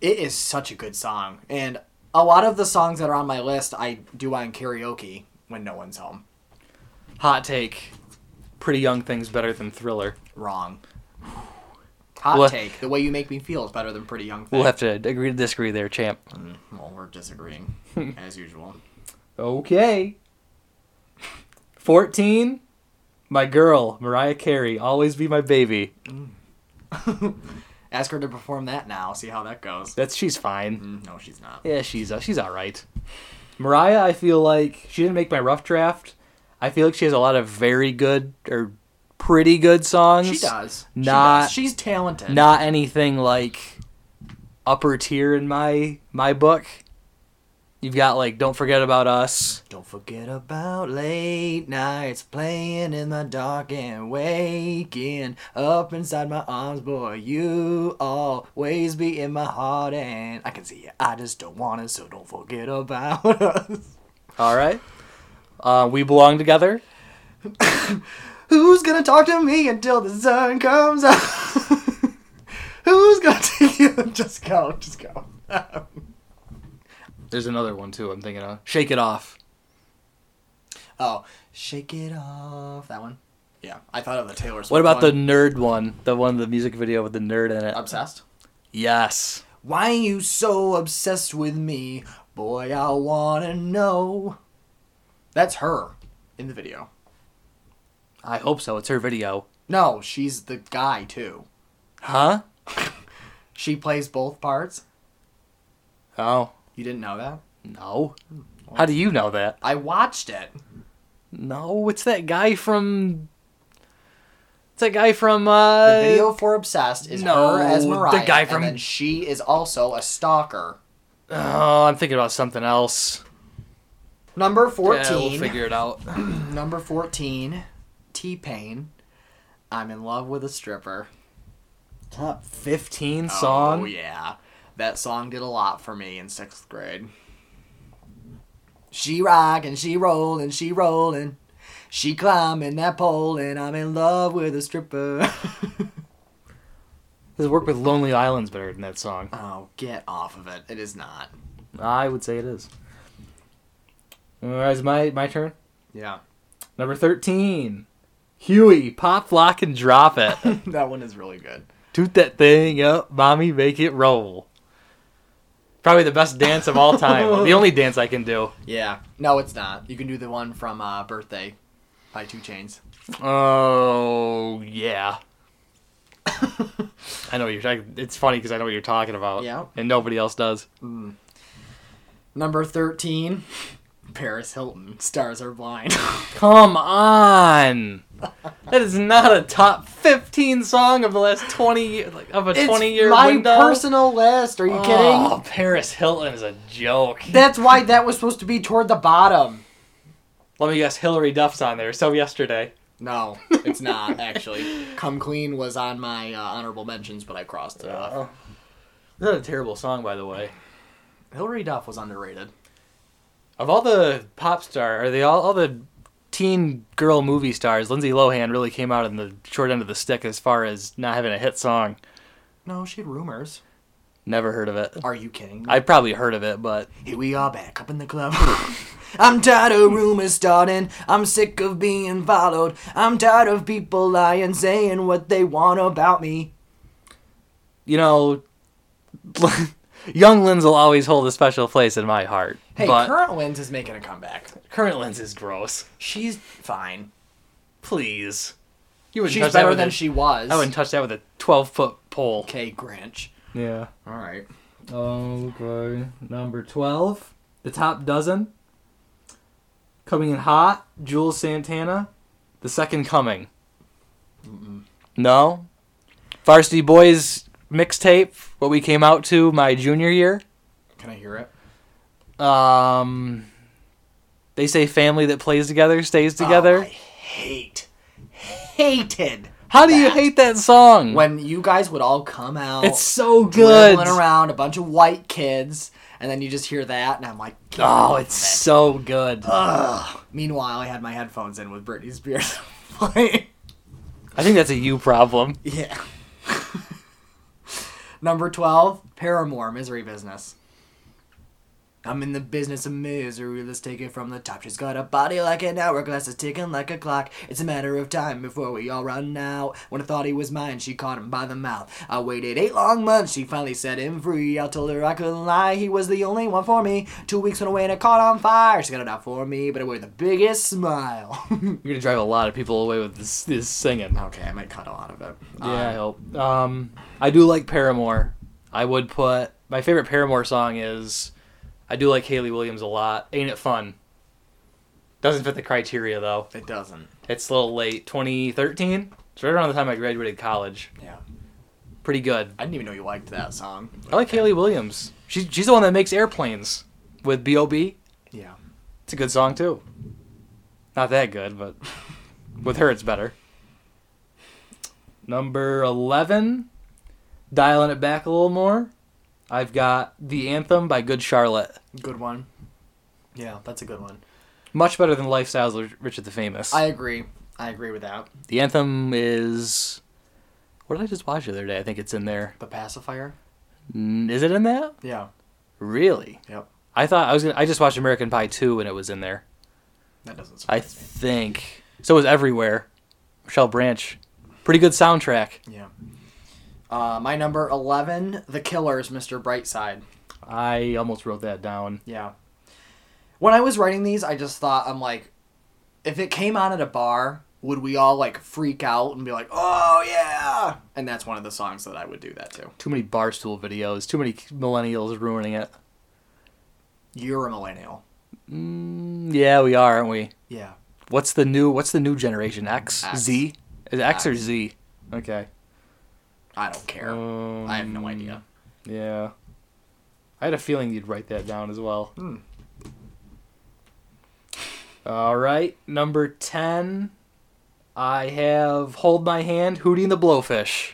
Speaker 1: it is such a good song. And a lot of the songs that are on my list I do on karaoke when no one's home.
Speaker 2: Hot take. Pretty Young Thing's better than Thriller.
Speaker 1: Wrong. Hot
Speaker 2: Well-
Speaker 1: take. The way you make me feel is better than Pretty Young Thing.
Speaker 2: We'll have to agree to disagree there, champ.
Speaker 1: well, we're disagreeing as usual.
Speaker 2: Okay. 14. My girl, Mariah Carey, always be my baby.
Speaker 1: Ask her to perform that now. See how that goes.
Speaker 2: That's she's fine.
Speaker 1: Mm, No, she's not.
Speaker 2: Yeah, she's uh, she's all right. Mariah, I feel like she didn't make my rough draft. I feel like she has a lot of very good or pretty good songs.
Speaker 1: She does. She
Speaker 2: Not-
Speaker 1: does. She's talented.
Speaker 2: Not anything like upper tier in my my book. You've got like Don't Forget About Us.
Speaker 1: Don't forget about late nights playing in the dark and waking up inside my arms, boy. You always be in my heart, and I can see it. I just don't want it, so don't forget about us.
Speaker 2: All right. Uh, we belong together.
Speaker 1: Who's gonna talk to me until the sun comes up? Who's gonna take you? Just go, just go.
Speaker 2: There's another one too. I'm thinking of Shake It Off.
Speaker 1: oh, shake it off. That one. Yeah, I thought of the Taylor Swift.
Speaker 2: What about the
Speaker 1: one.
Speaker 2: nerd one? The one the music video with the nerd in it.
Speaker 1: obsessed?
Speaker 2: Yes.
Speaker 1: Why you so obsessed with me? Boy, I wanna know. That's her in the video.
Speaker 2: I hope so. It's her video.
Speaker 1: No, she's the guy too.
Speaker 2: Huh?
Speaker 1: She plays both parts.
Speaker 2: Oh.
Speaker 1: You didn't know that?
Speaker 2: No. How do you know that?
Speaker 1: I watched it.
Speaker 2: No, it's that guy from. It's that guy from. Uh,
Speaker 1: The video for Obsessed is
Speaker 2: no,
Speaker 1: her as
Speaker 2: the
Speaker 1: Mariah,
Speaker 2: guy from-
Speaker 1: and then she is also a stalker.
Speaker 2: Oh, I'm thinking about something else.
Speaker 1: Number
Speaker 2: Yeah, we'll
Speaker 1: 14.
Speaker 2: figure it out.
Speaker 1: number 14. T Pain. I'm in love with a stripper.
Speaker 2: Top 15 song.
Speaker 1: Oh, yeah. That song did a lot for me in sixth grade. She rockin', she rollin', she rollin'. She climbing that pole, and I'm in love with a stripper.
Speaker 2: His work with Lonely Island's better than that song.
Speaker 1: oh, get off of it. It is not.
Speaker 2: I would say it is. Alright, it's my, my turn.
Speaker 1: Yeah.
Speaker 2: Number 13. Huey, pop, lock, and drop it.
Speaker 1: that one is really good.
Speaker 2: Toot that thing up, mommy, make it roll. Probably the best dance of all time. the only dance I can do.
Speaker 1: Yeah. No, it's not. You can do the one from uh, Birthday by Two Chains.
Speaker 2: Oh yeah. I know what you're talking. It's funny because I know what you're talking about.
Speaker 1: Yeah.
Speaker 2: And nobody else does.
Speaker 1: Number 13, Paris Hilton. Stars are blind.
Speaker 2: Come on. That is not a top 15 song of the last 20 years, like of a 20 year
Speaker 1: my
Speaker 2: window.
Speaker 1: personal list. Are you kidding?
Speaker 2: Oh, Paris Hilton is a joke.
Speaker 1: That's why that was supposed to be toward the bottom.
Speaker 2: Let me guess, Hillary Duff's on there. So yesterday.
Speaker 1: No, it's not actually. Come Clean was on my uh, honorable mentions, but I crossed it off.
Speaker 2: Not a terrible song, by the way.
Speaker 1: Hillary Duff was underrated.
Speaker 2: Of all the pop star, are they all all the teen girl movie stars? Lindsay Lohan really came out in the short end of the stick as far as not having a hit song.
Speaker 1: No, she had rumors.
Speaker 2: Never heard of it.
Speaker 1: Are you kidding me?
Speaker 2: I probably heard of it, but
Speaker 1: Here we are back up in the club. I'm tired of rumors starting. I'm sick of being followed. I'm tired of people lying, saying what they want about me.
Speaker 2: you know, young Linz will always hold a special place in my heart.
Speaker 1: Hey,
Speaker 2: but
Speaker 1: current Lens is making a comeback.
Speaker 2: current Linz is gross.
Speaker 1: She's fine.
Speaker 2: Please, you wouldn't
Speaker 1: She's
Speaker 2: touch that
Speaker 1: better
Speaker 2: with
Speaker 1: than
Speaker 2: a-
Speaker 1: she was.
Speaker 2: I wouldn't touch that with a twelve foot pole.
Speaker 1: Okay, Grinch.
Speaker 2: Yeah.
Speaker 1: All right.
Speaker 2: Okay, number 12, the top dozen. Coming in hot, Jules Santana, the second coming. No? Varsity Boys mixtape, what we came out to my junior year.
Speaker 1: Can I hear it?
Speaker 2: Um, they say family that plays together stays
Speaker 1: Oh, I
Speaker 2: together.
Speaker 1: hate, hated
Speaker 2: How do you
Speaker 1: that.
Speaker 2: hate that song?
Speaker 1: when you guys would all come out.
Speaker 2: it's so good.
Speaker 1: dribbling around a bunch of white kids, and then you just hear that, and I'm like,
Speaker 2: Oh, it's so good.
Speaker 1: Ugh. Meanwhile, I had my headphones in with Britney Spears playing.
Speaker 2: I think that's a you problem.
Speaker 1: yeah. Number twelve, Paramore, Misery Business. I'm in the business of misery. Let's take it from the top. She's got a body like an hourglass. It's ticking like a clock. It's a matter of time before we all run out. When I thought he was mine, she caught him by the mouth. I waited eight long months. She finally set him free. I told her I couldn't lie. He was the only one for me. Two weeks went away and I caught on fire. She got it out for me, but it with the biggest smile.
Speaker 2: You're gonna drive a lot of people away with this, this singing.
Speaker 1: okay, I might cut a lot of it.
Speaker 2: Yeah, I hope. Um, I do like Paramore. I would put my favorite Paramore song is. I do like Haley Williams a lot. Ain't it fun? Doesn't fit the criteria though.
Speaker 1: It doesn't.
Speaker 2: It's a little late. 2013. It's right around the time I graduated college.
Speaker 1: Yeah.
Speaker 2: Pretty good.
Speaker 1: I didn't even know you liked that song.
Speaker 2: I like Haley Williams. She's she's the one that makes airplanes with B.O.B.
Speaker 1: Yeah.
Speaker 2: It's a good song too. Not that good, but with her it's better. Number eleven, dialing it back a little more. I've got the anthem by Good Charlotte.
Speaker 1: Good one. Yeah, that's a good one.
Speaker 2: Much better than Lifestyles of Richard the Famous.
Speaker 1: I agree. I agree with that.
Speaker 2: the anthem is. What did I just watch the other day? I think it's in there.
Speaker 1: The pacifier.
Speaker 2: N- Is it in that?
Speaker 1: Yeah.
Speaker 2: Really?
Speaker 1: Yep.
Speaker 2: I thought I was. Gonna, I just watched American Pie two and it was in there.
Speaker 1: That doesn't. Surprise
Speaker 2: I think so. It was everywhere. Michelle Branch, pretty good soundtrack.
Speaker 1: me. Yeah. Uh, my number eleven, The Killers, Mr. Brightside.
Speaker 2: I almost wrote that down.
Speaker 1: Yeah. When I was writing these, I just thought, I'm like, if it came on at a bar, would we all like freak out and be like, oh yeah? And that's one of the songs that I would do that to.
Speaker 2: Too many barstool videos. Too many millennials ruining it.
Speaker 1: You're a millennial.
Speaker 2: Mm, yeah, we are, aren't we?
Speaker 1: Yeah.
Speaker 2: What's the new? What's the new generation? X,
Speaker 1: X.
Speaker 2: Z, is it X, or
Speaker 1: X.
Speaker 2: Z? Okay. Um,
Speaker 1: I don't care. I have no idea.
Speaker 2: Yeah. I had a feeling you'd write that down as well.
Speaker 1: Hmm.
Speaker 2: All right, number 10. I have Hold My Hand, Hootie and the Blowfish.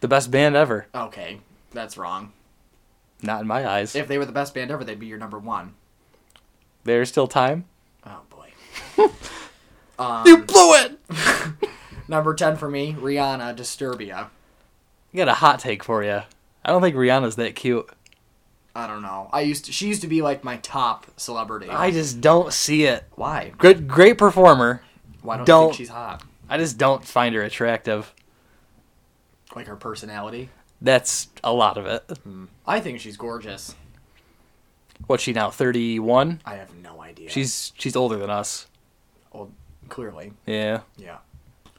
Speaker 2: The best band ever.
Speaker 1: Okay, that's wrong.
Speaker 2: Not in my eyes.
Speaker 1: If they were the best band ever, they'd be your number one.
Speaker 2: There's still time.
Speaker 1: Oh boy. Uh,
Speaker 2: you blew it!
Speaker 1: Number ten for me, Rihanna, Disturbia.
Speaker 2: I got a hot take for you. I don't think Rihanna's that cute.
Speaker 1: I don't know. I used to, she used to be like my top celebrity.
Speaker 2: I just don't see it.
Speaker 1: Why?
Speaker 2: Good, great performer.
Speaker 1: Why don't, you
Speaker 2: Don't-
Speaker 1: think she's hot?
Speaker 2: I just don't find her attractive.
Speaker 1: Like her personality.
Speaker 2: That's a lot of it.
Speaker 1: I think she's gorgeous.
Speaker 2: What's she now? Thirty-one.
Speaker 1: I have no idea.
Speaker 2: She's she's older than us.
Speaker 1: well, clearly,
Speaker 2: Yeah.
Speaker 1: yeah.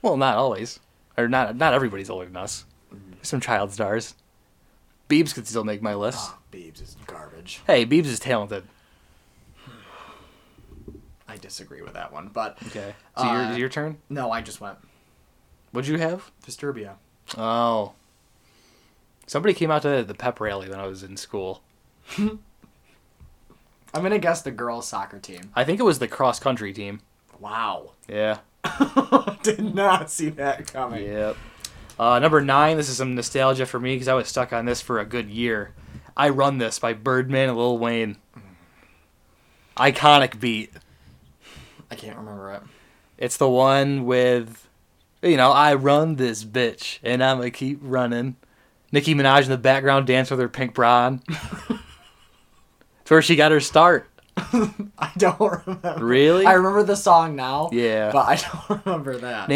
Speaker 2: Well, not always, or not not everybody's older than us. There's Some child stars. Biebs could still make my list.
Speaker 1: Ah, Biebs is garbage.
Speaker 2: Hey, Biebs is talented.
Speaker 1: I disagree with that one, but
Speaker 2: Okay. So
Speaker 1: Uh,
Speaker 2: your your turn.
Speaker 1: no, I just went
Speaker 2: What'd you have?
Speaker 1: Disturbia.
Speaker 2: Oh. Somebody came out to the- the pep rally when I was in school.
Speaker 1: I'm gonna guess the girls' soccer team.
Speaker 2: I think it was the cross country team.
Speaker 1: Wow,
Speaker 2: Yeah.
Speaker 1: did not see that coming.
Speaker 2: Yep. Uh, number nine. This is some nostalgia for me because I was stuck on this for a good year. I run this by Birdman and Lil Wayne. Iconic beat.
Speaker 1: I can't remember it.
Speaker 2: It's the one with, you know, I run this bitch and I'm gonna keep running. Nicki Minaj in the background dance with her pink bra on. it's where she got her start.
Speaker 1: I don't remember.
Speaker 2: Really?
Speaker 1: I remember the song now.
Speaker 2: Yeah.
Speaker 1: but I don't remember that.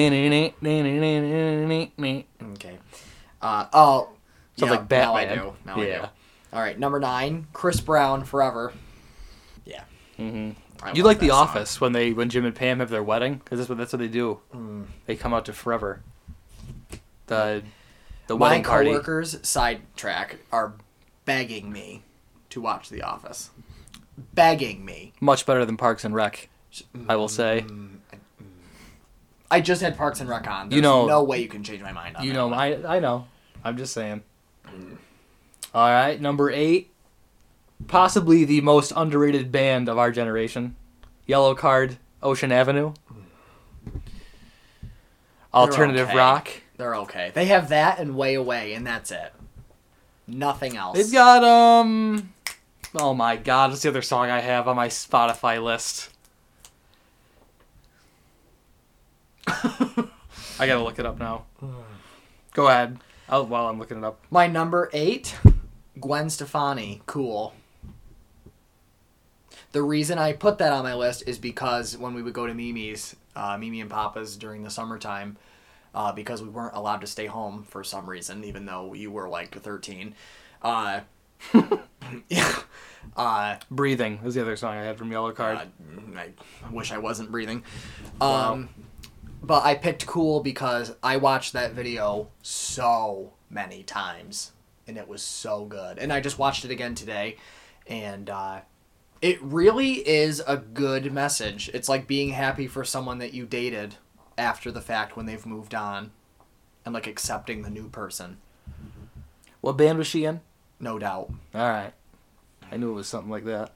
Speaker 2: Something
Speaker 1: Okay. Uh, oh, yeah,
Speaker 2: like Batman.
Speaker 1: Now I do. Now I
Speaker 2: yeah.
Speaker 1: do. All right, number nine, Chris Brown, Forever. Yeah. Mm-hmm.
Speaker 2: You like The Office when they when Jim and Pam have their wedding because that's what that's what they do. They come out to Forever. The the
Speaker 1: My
Speaker 2: wedding party.
Speaker 1: coworkers, sidetrack, are begging me to watch The Office. Begging me.
Speaker 2: Much better than Parks and Rec, I will say.
Speaker 1: I just had Parks and Rec on. There's
Speaker 2: You know-
Speaker 1: no way you can change my mind on
Speaker 2: You
Speaker 1: that.
Speaker 2: know, I I know. I'm just saying. All right, number eight, possibly the most underrated band of our generation, Yellow Card, Ocean Avenue, alternative
Speaker 1: okay.
Speaker 2: rock.
Speaker 1: They're okay. They have that and Way Away, and that's it. Nothing else.
Speaker 2: They've got um. Oh my God! What's the other song I have on my Spotify list? I gotta look it up now. Go ahead. Oh, while I'm looking it up.
Speaker 1: my number eight, Gwen Stefani. Cool. The reason I put that on my list is because when we would go to Mimi's, uh, Mimi and Papa's during the summertime, uh, because we weren't allowed to stay home for some reason, even though you were like 13. Uh, yeah. Uh,
Speaker 2: Breathing is the other song I had from Yellow Card.
Speaker 1: I, mm, I wish I wasn't breathing. Um, But I picked cool because I watched that video so many times, and it was so good. And I just watched it again today, and uh, It really is a good message. It's like being happy for someone that you dated after the fact when they've moved on and like accepting the new person.
Speaker 2: What band was she in?
Speaker 1: No doubt.
Speaker 2: All right. I knew it was something like that.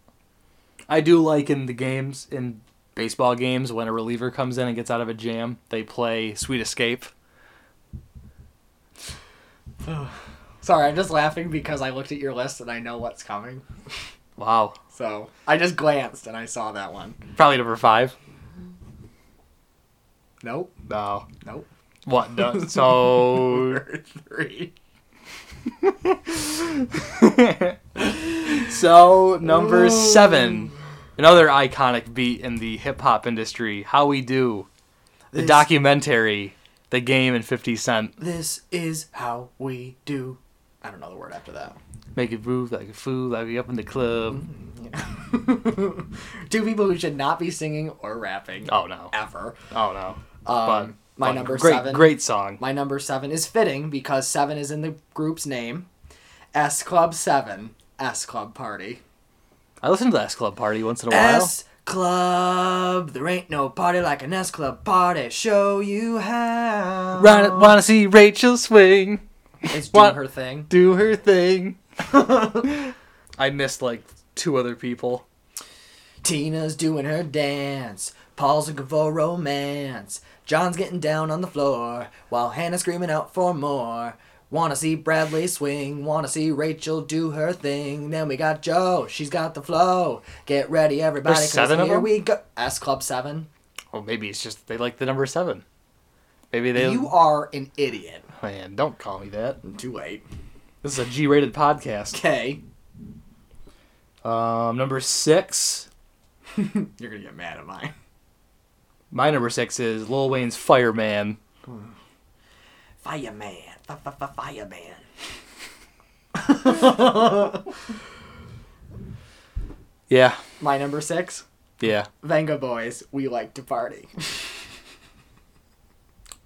Speaker 2: I do like in the games, in baseball games, when a reliever comes in and gets out of a jam, they play Sweet Escape.
Speaker 1: Sorry, I'm just laughing because I looked at your list and I know what's coming.
Speaker 2: Wow.
Speaker 1: So I just glanced and I saw that one.
Speaker 2: Probably number five.
Speaker 1: Nope.
Speaker 2: No.
Speaker 1: Nope.
Speaker 2: What? No. So.
Speaker 1: Three.
Speaker 2: so,
Speaker 1: Oh.
Speaker 2: number seven. Another iconic beat in the hip hop industry How We Do, the
Speaker 1: This-
Speaker 2: documentary, The Game, and 50 Cent.
Speaker 1: This is how we do. I don't know the word after that.
Speaker 2: Make it move like a fool, like we up in the club.
Speaker 1: Mm-hmm. Two people who should not be singing or rapping
Speaker 2: Oh, no.
Speaker 1: ever.
Speaker 2: Oh, no.
Speaker 1: Um, my
Speaker 2: but
Speaker 1: number
Speaker 2: great,
Speaker 1: seven.
Speaker 2: Great song.
Speaker 1: My number seven is fitting because seven is in the group's name. S Club Seven. S Club Party.
Speaker 2: I listen to the S Club Party once in a while.
Speaker 1: S Club. There ain't no party like an S Club party. Show you how.
Speaker 2: Wanna, wanna see Rachel swing,
Speaker 1: It's
Speaker 2: What?
Speaker 1: doing her thing.
Speaker 2: do her thing. I missed like two other people.
Speaker 1: Tina's doing her dance. Paul's looking for romance. John's getting down on the floor while Hannah's screaming out for more. Wanna see Bradley swing, wanna see Rachel do her thing. Then we got Joe, she's got the flow. Get ready, everybody,
Speaker 2: There's seven of
Speaker 1: here
Speaker 2: them?
Speaker 1: we go. S Club 7.
Speaker 2: Well, maybe it's just they like the number seven. Maybe they.
Speaker 1: You are an idiot.
Speaker 2: Man, don't call me that.
Speaker 1: Too late.
Speaker 2: This is a G-rated podcast.
Speaker 1: Okay.
Speaker 2: Um, number six.
Speaker 1: You're gonna get mad at mine.
Speaker 2: My number six is Lil Wayne's Fireman.
Speaker 1: Fireman. Fireman.
Speaker 2: Yeah,
Speaker 1: My number six,
Speaker 2: yeah.
Speaker 1: Venga Boys, we like to party.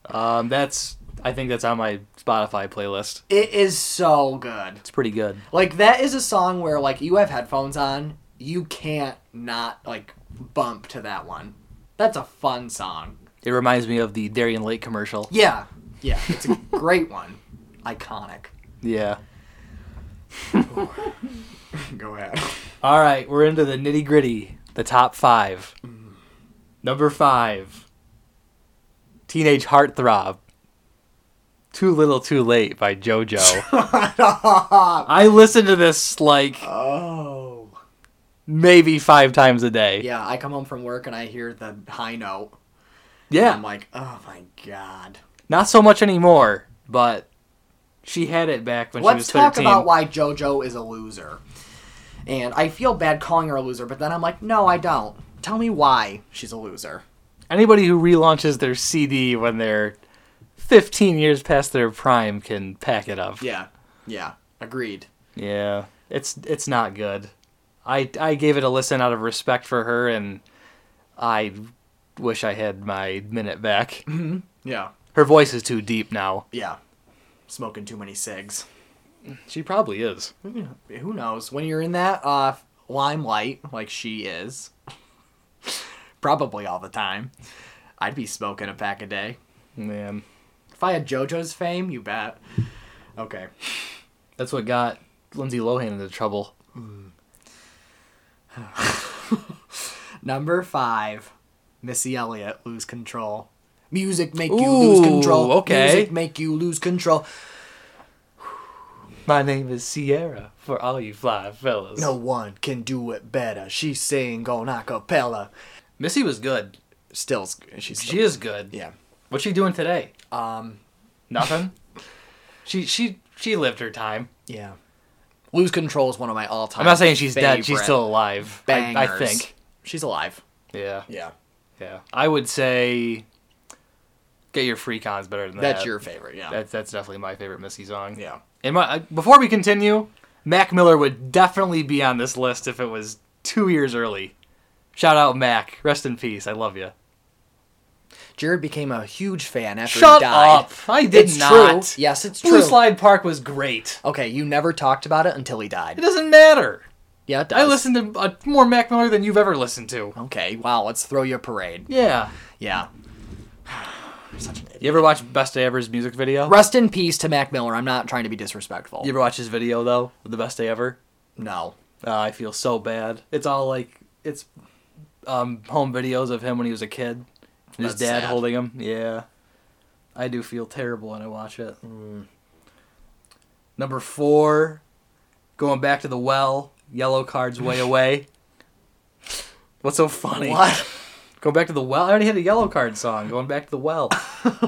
Speaker 2: Um, that's. I think that's on my Spotify playlist.
Speaker 1: It is so good.
Speaker 2: It's pretty good.
Speaker 1: Like that is a song where like you have headphones on, you can't not like bump to that one. That's a fun song.
Speaker 2: It reminds me of the Darien Lake commercial.
Speaker 1: Yeah. Yeah, it's a great one. Iconic.
Speaker 2: Yeah.
Speaker 1: Go ahead.
Speaker 2: All right, we're into the nitty gritty, the top five. Number five, Teenage Heartthrob. Too Little Too Late by JoJo. I listen to this like
Speaker 1: oh.
Speaker 2: maybe five times a day.
Speaker 1: Yeah, I come home from work and I hear the high note. and
Speaker 2: Yeah,
Speaker 1: I'm like, "Oh my god."
Speaker 2: not so much anymore, but she had it back when she was
Speaker 1: Let's
Speaker 2: 13.
Speaker 1: talk about why JoJo is a loser. And I feel bad calling her a loser, but then I'm like, "No, I don't. Tell me why she's a loser."
Speaker 2: Anybody who relaunches their CD when they're 15 years past their prime can pack it up.
Speaker 1: Yeah. Yeah. Agreed.
Speaker 2: Yeah, it's it's not good. I I gave it a listen out of respect for her, and I wish I had my minute back.
Speaker 1: Mm-hmm. Yeah.
Speaker 2: Her voice is too deep now.
Speaker 1: Yeah. Smoking too many cigs.
Speaker 2: She probably is.
Speaker 1: Who knows? When you're in that uh, limelight, like she is, probably all the time, I'd be smoking a pack a day.
Speaker 2: Man,
Speaker 1: If I had JoJo's fame, you bet. Okay.
Speaker 2: that's what got Lindsay Lohan into trouble.
Speaker 1: Number five, Missy Elliott, Lose Control. Music make you lose
Speaker 2: Ooh,
Speaker 1: control.
Speaker 2: okay.
Speaker 1: Music make you lose control.
Speaker 2: My name is Sierra for all you fly fellas.
Speaker 1: No one can do it better. She sing on a cappella.
Speaker 2: Missy was good.
Speaker 1: Still, she's still,
Speaker 2: She is good.
Speaker 1: yeah.
Speaker 2: What's she doing today?
Speaker 1: Um,
Speaker 2: Nothing. she she she lived her time.
Speaker 1: Yeah. Lose Control is one of my all time.
Speaker 2: I'm not saying she's dead. She's still alive. I, I
Speaker 1: bangers.
Speaker 2: think.
Speaker 1: She's alive.
Speaker 2: Yeah.
Speaker 1: Yeah.
Speaker 2: Yeah, I would say get your free cons better than that.
Speaker 1: That's your favorite, yeah.
Speaker 2: That's that's definitely my favorite Missy song.
Speaker 1: yeah.
Speaker 2: And my, uh, before we continue, Mac Miller would definitely be on this list if it was two years early. Shout out Mac. Rest in peace. I love you.
Speaker 1: Jared became a huge fan after
Speaker 2: Shut
Speaker 1: he died.
Speaker 2: up. I did
Speaker 1: It's
Speaker 2: not.
Speaker 1: true. Yes, it's
Speaker 2: Blue
Speaker 1: true.
Speaker 2: Slide Park was great.
Speaker 1: Okay, you never talked about it until he
Speaker 2: It
Speaker 1: died.
Speaker 2: doesn't matter.
Speaker 1: Yeah, it does.
Speaker 2: I listen to uh, more Mac Miller than you've ever listened to.
Speaker 1: Okay, wow, let's throw you a parade.
Speaker 2: Yeah.
Speaker 1: Yeah. Such an idiot.
Speaker 2: You ever watch Best Day Ever's music video?
Speaker 1: Rest in peace to Mac Miller. I'm not trying to be disrespectful.
Speaker 2: You ever watch his video though? The Best Day Ever.
Speaker 1: No.
Speaker 2: Uh, I feel so bad. It's all like it's um, home videos of him when he was a kid. And his
Speaker 1: That's
Speaker 2: dad
Speaker 1: sad.
Speaker 2: holding him. Yeah. I do feel terrible when I watch it. Number four, going back to the well, yellow cards way away. What's so funny?
Speaker 1: What?
Speaker 2: Go back to the well. I already had a yellow card song. Going back to the well. you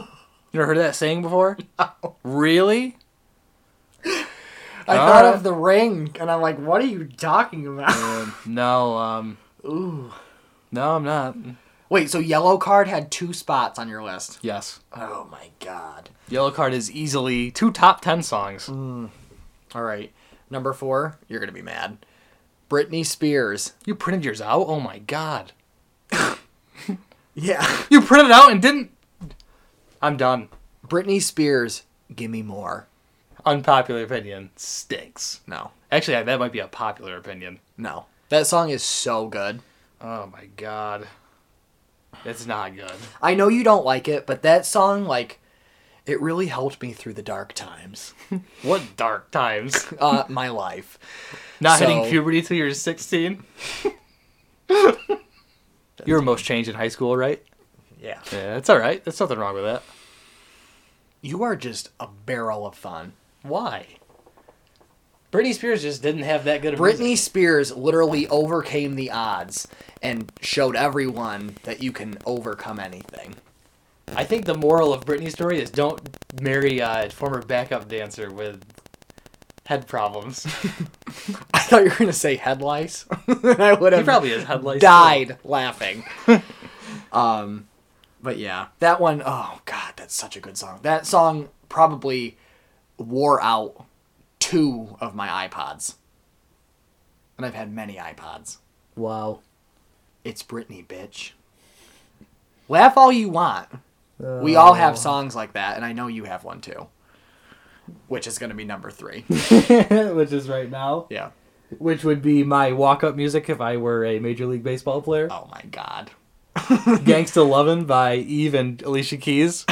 Speaker 2: ever heard that saying before? Really?
Speaker 1: I
Speaker 2: All
Speaker 1: thought
Speaker 2: right.
Speaker 1: of the ring, and I'm like, what are you talking about?
Speaker 2: Um, no. Um.
Speaker 1: Ooh.
Speaker 2: No, I'm not.
Speaker 1: Wait, so yellow card had two spots on your list.
Speaker 2: Yes.
Speaker 1: Oh my god.
Speaker 2: Yellow Card is easily two top ten songs.
Speaker 1: All right, number four. You're gonna be mad. Britney Spears.
Speaker 2: You printed yours out? Oh my god.
Speaker 1: Yeah.
Speaker 2: You printed it out and didn't. I'm done.
Speaker 1: Britney Spears. Give me more.
Speaker 2: Unpopular opinion stinks.
Speaker 1: No.
Speaker 2: Actually, that might be a popular opinion.
Speaker 1: No. That song is so good.
Speaker 2: Oh my god. It's not good.
Speaker 1: I know you don't like it, but that song, like, it really helped me through the dark times.
Speaker 2: What dark times.
Speaker 1: Uh, my life.
Speaker 2: Not
Speaker 1: So-
Speaker 2: hitting puberty till you're 16. you were most changed in high school, right?
Speaker 1: Yeah.
Speaker 2: Yeah, it's all right. There's nothing wrong with that.
Speaker 1: You are just a barrel of fun.
Speaker 2: Why? Britney Spears just didn't have that good of
Speaker 1: Britney Spears literally overcame the odds and showed everyone that you can overcome anything.
Speaker 2: I think the moral of Britney's story is don't marry a former backup dancer with head problems.
Speaker 1: I thought you were going to say head lice. I would
Speaker 2: he
Speaker 1: have
Speaker 2: probably has head lice.
Speaker 1: died laughing. um, but yeah, that one, oh God, that's such a good song. That song probably wore out two of my iPods. And I've had many iPods.
Speaker 2: too. Wow.
Speaker 1: It's Britney, bitch. Laugh all you want. We all
Speaker 2: Oh.
Speaker 1: have songs like that, and I know you have one too. Which is going to be number three.
Speaker 2: Which is right now.
Speaker 1: yeah.
Speaker 2: Which would be my walk up music if I were a Major League Baseball player.
Speaker 1: Oh my God.
Speaker 2: Gangsta Lovin' by Eve and Alicia Keys.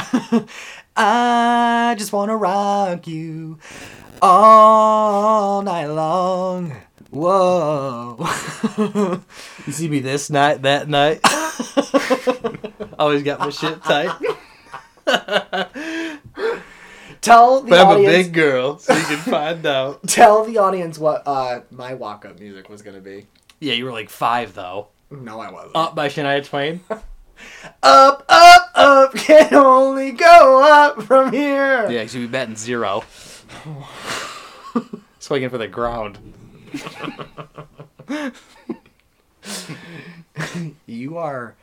Speaker 1: I just want to rock you all night long. Whoa.
Speaker 2: You see me this night, that night. Always got my shit tight.
Speaker 1: tell the
Speaker 2: But I'm a
Speaker 1: audience.
Speaker 2: big girl, so you can find out.
Speaker 1: Tell the audience what uh, my walk-up music was gonna be.
Speaker 2: Yeah, you were like five though.
Speaker 1: No, I wasn't.
Speaker 2: Up by Shania Twain.
Speaker 1: up, up, up can only go up from here.
Speaker 2: Yeah, because you'd be batting zero. Swinging for the ground.
Speaker 1: You are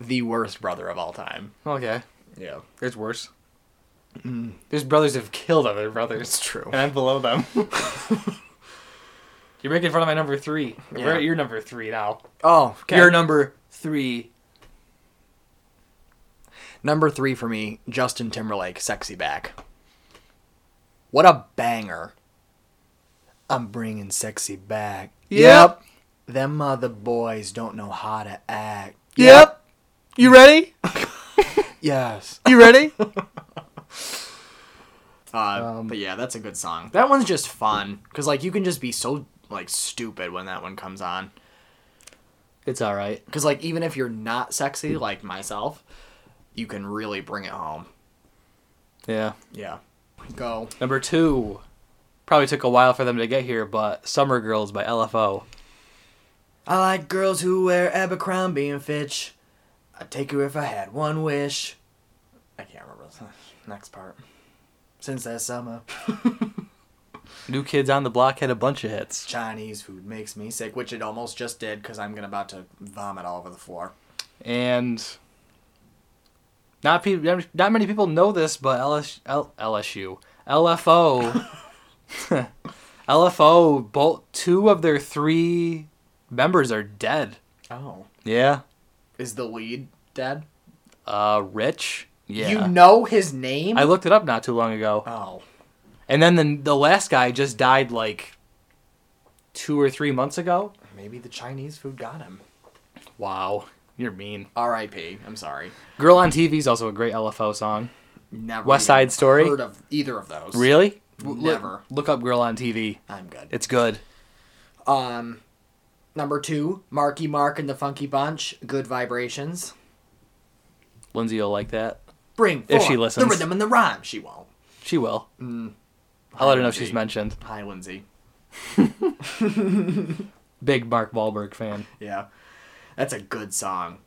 Speaker 1: the worst brother of all time.
Speaker 2: Okay.
Speaker 1: Yeah,
Speaker 2: There's worse. Mm. There's brothers have killed other brothers.
Speaker 1: it's true.
Speaker 2: And I'm below them. You're making fun of my number three. We're
Speaker 1: Yeah.
Speaker 2: at your number three now.
Speaker 1: Oh, okay.
Speaker 2: Your number three.
Speaker 1: Number three for me, Justin Timberlake, Sexy Back. What a banger. I'm bringing sexy back.
Speaker 2: Yep.
Speaker 1: Them other boys don't know how to act.
Speaker 2: You ready?
Speaker 1: Yes.
Speaker 2: You ready?
Speaker 1: Uh, but yeah, that's a good song. That one's just fun because like you can just be so like stupid when that one comes on.
Speaker 2: it's all right.
Speaker 1: Because like even if you're not sexy like myself, you can really bring it home.
Speaker 2: Yeah.
Speaker 1: Yeah. Go.
Speaker 2: Number two. Probably took a while for them to get here, but Summer Girls by LFO.
Speaker 1: I like girls who wear Abercrombie and Fitch. I'd take her if I had one wish. I can't remember the next part. Since that summer,
Speaker 2: New Kids on the Block had a bunch of hits.
Speaker 1: Chinese food makes me sick, which it almost just did because I'm gonna about to vomit all over the floor.
Speaker 2: and not pe- not many people know this, but LS- L- LSU, LFO, LFO, both two of their three members are dead.
Speaker 1: Oh.
Speaker 2: Yeah,
Speaker 1: Is the lead dead?
Speaker 2: uh, Rich. Yeah,
Speaker 1: You know his name?
Speaker 2: I looked it up not too long ago,
Speaker 1: oh.
Speaker 2: and then the the last guy just died like two or three months ago.
Speaker 1: Maybe the Chinese food got him.
Speaker 2: Wow, you're mean.
Speaker 1: R.I.P. I'm sorry.
Speaker 2: Girl on TV is also a great LFO song.
Speaker 1: Never.
Speaker 2: West Side
Speaker 1: even
Speaker 2: Story?
Speaker 1: Heard of either of those?
Speaker 2: Really?
Speaker 1: Never.
Speaker 2: Look, look up Girl on TV.
Speaker 1: I'm good.
Speaker 2: It's good.
Speaker 1: Um, number two, Marky Mark and the Funky Bunch, Good Vibrations.
Speaker 2: Lindsay will like that.
Speaker 1: Bring
Speaker 2: If she
Speaker 1: forth
Speaker 2: listens.
Speaker 1: the rhythm and the rhyme. She won't.
Speaker 2: She will.
Speaker 1: Mm.
Speaker 2: I'll let her know if
Speaker 1: Lindsay.
Speaker 2: she's mentioned.
Speaker 1: Hi, Lindsay.
Speaker 2: Big Mark Wahlberg fan.
Speaker 1: Yeah, that's a good song.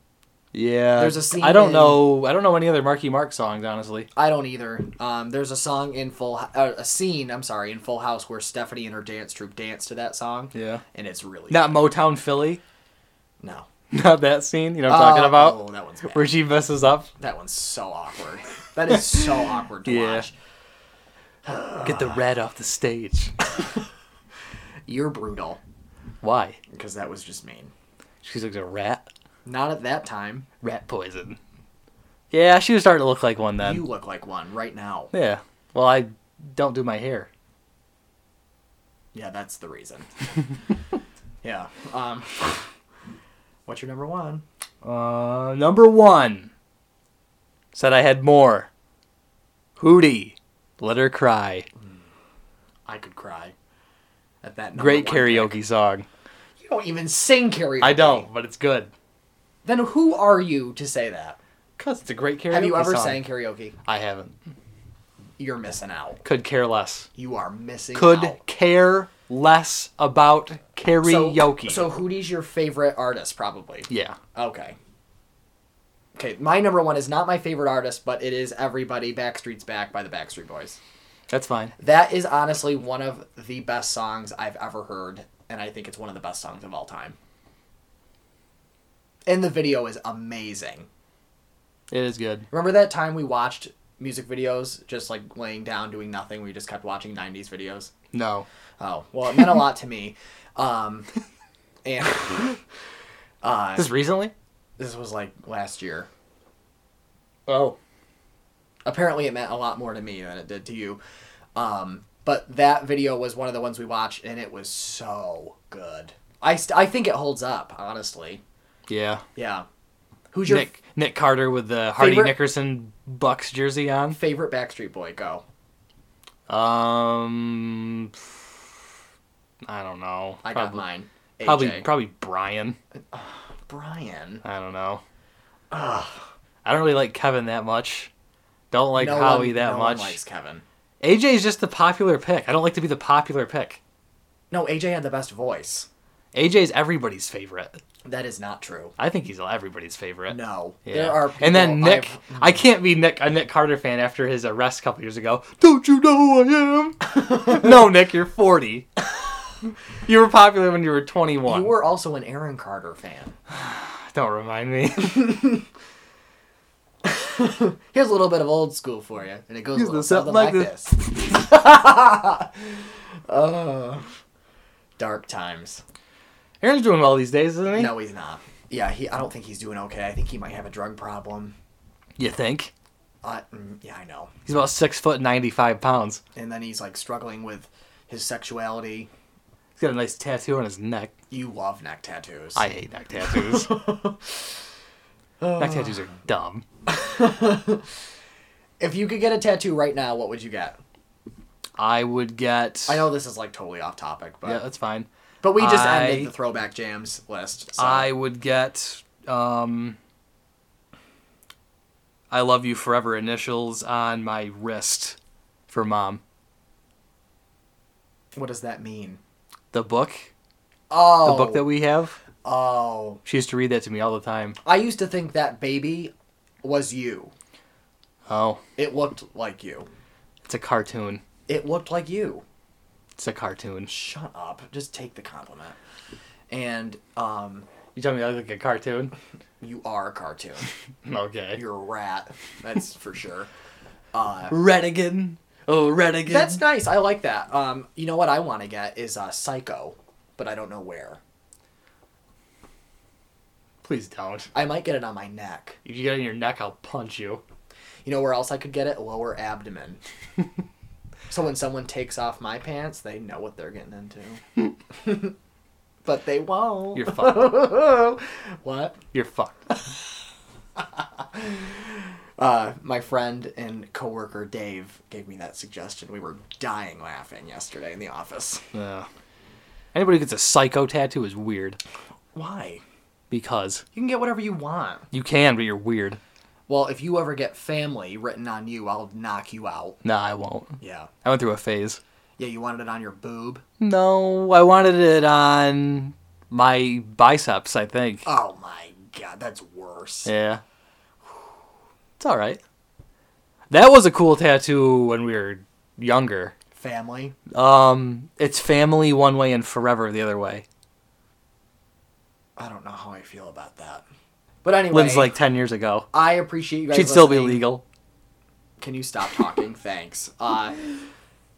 Speaker 2: Yeah.
Speaker 1: There's a scene
Speaker 2: I don't
Speaker 1: in-
Speaker 2: know. I don't know any other Marky Mark songs, honestly.
Speaker 1: I don't either. Um, there's a song in Full, Ho- uh, a scene. I'm sorry, in Full House where Stephanie and her dance troupe dance to that song.
Speaker 2: Yeah.
Speaker 1: and it's really
Speaker 2: Not Motown Philly.
Speaker 1: no.
Speaker 2: Not that scene. You know what I'm talking
Speaker 1: Oh,
Speaker 2: about?
Speaker 1: oh, that one's bad.
Speaker 2: Where she messes up.
Speaker 1: That one's so awkward. That is so awkward to
Speaker 2: Yeah.
Speaker 1: watch.
Speaker 2: Get the red off the stage.
Speaker 1: You're brutal
Speaker 2: Why?
Speaker 1: because that was just mean.
Speaker 2: She's like a rat.
Speaker 1: Not at that time.
Speaker 2: Rat poison. Yeah, she was starting to look like one then.
Speaker 1: You look like one right now.
Speaker 2: Yeah. Well, I don't do my hair.
Speaker 1: Yeah, that's the reason. yeah. Um, what's your number one?
Speaker 2: Uh, number one said I had more. Hootie, let her cry.
Speaker 1: I could cry at that. Number
Speaker 2: Great
Speaker 1: one
Speaker 2: karaoke
Speaker 1: pick.
Speaker 2: song.
Speaker 1: You don't even sing karaoke.
Speaker 2: I don't, but it's good.
Speaker 1: Then who are you to say that?
Speaker 2: Cause it's a great karaoke.
Speaker 1: Have you ever
Speaker 2: song.
Speaker 1: sang karaoke?
Speaker 2: I haven't.
Speaker 1: You're missing out.
Speaker 2: Could care less.
Speaker 1: You are missing
Speaker 2: Could
Speaker 1: out.
Speaker 2: care less about karaoke.
Speaker 1: So, so Hootie's your favorite artist, probably.
Speaker 2: yeah,
Speaker 1: Okay. Okay, my number one is not my favorite artist, but it is Everybody Backstreet's Back by the Backstreet Boys.
Speaker 2: that's fine.
Speaker 1: That is honestly one of the best songs I've ever heard, and I think it's one of the best songs of all time. And the video is amazing.
Speaker 2: It is good.
Speaker 1: Remember that time we watched music videos just like laying down doing nothing? We just kept watching 90s videos.
Speaker 2: No.
Speaker 1: Oh, well, it meant a lot to me. Um, and uh,
Speaker 2: This recently?
Speaker 1: this was like last year.
Speaker 2: Oh.
Speaker 1: apparently it meant a lot more to me than it did to you. Um, but that video was one of the ones we watched, and it was so good. I st- I think it holds up, honestly.
Speaker 2: Yeah.
Speaker 1: Yeah. Who's your
Speaker 2: Nick Nick Carter with the Hardy
Speaker 1: Favorite-
Speaker 2: Nickerson Bucks jersey on.
Speaker 1: f- favorite Backstreet Boy? Go.
Speaker 2: Um, I don't know.
Speaker 1: I got
Speaker 2: probably,
Speaker 1: mine. AJ.
Speaker 2: Probably, probably Brian.
Speaker 1: Brian.
Speaker 2: I don't know. I don't really like Kevin that much. Don't like
Speaker 1: No
Speaker 2: Howie
Speaker 1: one-
Speaker 2: that
Speaker 1: no
Speaker 2: much.
Speaker 1: One likes Kevin.
Speaker 2: AJ is just the popular pick. I don't like to be the popular pick.
Speaker 1: No, AJ had the best voice.
Speaker 2: AJ is everybody's favorite.
Speaker 1: That is not true.
Speaker 2: I think he's everybody's favorite.
Speaker 1: No,
Speaker 2: Yeah.
Speaker 1: there are.
Speaker 2: and then
Speaker 1: people
Speaker 2: Nick,
Speaker 1: I've-
Speaker 2: I can't be Nick a Nick Carter fan after his arrest a couple years ago. Don't you know who I am? no, Nick, you're 40. you were popular when you were 21.
Speaker 1: you were also an Aaron Carter fan.
Speaker 2: Don't remind me.
Speaker 1: Here's a little bit of old school for you, and it goes a
Speaker 2: Here's
Speaker 1: little
Speaker 2: the-
Speaker 1: something
Speaker 2: something
Speaker 1: like this.
Speaker 2: like
Speaker 1: Oh. dark times.
Speaker 2: Aaron's doing well these days, isn't he?
Speaker 1: No, he's not. Yeah, he. I don't think he's doing okay. I think he might have a drug problem.
Speaker 2: You think?
Speaker 1: Uh, mm, yeah, I know.
Speaker 2: He's about six foot ninety-five pounds.
Speaker 1: And then he's like struggling with his sexuality.
Speaker 2: He's got a nice tattoo on his neck.
Speaker 1: You love neck tattoos.
Speaker 2: I hate neck tattoos. neck tattoos are dumb.
Speaker 1: If you could get a tattoo right now, what would you get?
Speaker 2: I would get.
Speaker 1: I know this is like totally off topic, but
Speaker 2: Yeah, that's fine.
Speaker 1: but we just
Speaker 2: I-
Speaker 1: ended the throwback jams list. So.
Speaker 2: I would get. Um, I love you forever initials on my wrist for mom.
Speaker 1: what does that mean?
Speaker 2: The book, the
Speaker 1: Oh,
Speaker 2: book that we have.
Speaker 1: Oh,
Speaker 2: She used to read that to me all the time.
Speaker 1: I used to think that baby was you.
Speaker 2: Oh,
Speaker 1: It looked like you.
Speaker 2: it's a cartoon.
Speaker 1: It looked like you.
Speaker 2: It's a cartoon.
Speaker 1: Shut up. Just take the compliment. And um,
Speaker 2: You tell me I look like a cartoon.
Speaker 1: you are a cartoon.
Speaker 2: Okay.
Speaker 1: You're a rat. That's for sure. Uh,
Speaker 2: Redigan. Oh, Redigan.
Speaker 1: that's nice. I like that. Um, you know what I want to get is uh, Psycho, but I don't know where.
Speaker 2: Please don't.
Speaker 1: I might get it on my neck.
Speaker 2: If you get it in your neck, I'll punch you.
Speaker 1: You know where else I could get it? Lower abdomen. So when someone takes off my pants, they know what they're getting into. but they won't.
Speaker 2: You're fucked.
Speaker 1: what?
Speaker 2: You're fucked.
Speaker 1: Uh, my friend and coworker Dave gave me that suggestion. We were dying laughing yesterday in the office.
Speaker 2: Yeah. Anybody who gets a psycho tattoo is weird
Speaker 1: Why?
Speaker 2: because
Speaker 1: You can get whatever you want.
Speaker 2: you can, but you're weird.
Speaker 1: Well, if you ever get family written on you, I'll knock you out.
Speaker 2: Nah, I won't.
Speaker 1: Yeah.
Speaker 2: I went through a phase.
Speaker 1: Yeah, you wanted it on your boob?
Speaker 2: No, I wanted it on my biceps, I think.
Speaker 1: Oh my god, that's worse.
Speaker 2: Yeah. It's all right. That was a cool tattoo when we were younger.
Speaker 1: Family?
Speaker 2: Um, it's family one way and forever the other way.
Speaker 1: I don't know how I feel about that. But anyway,
Speaker 2: Lynn's like 10 years ago.
Speaker 1: I appreciate you guys.
Speaker 2: She'd still be
Speaker 1: listening.
Speaker 2: legal.
Speaker 1: Can you stop talking? Thanks. Uh,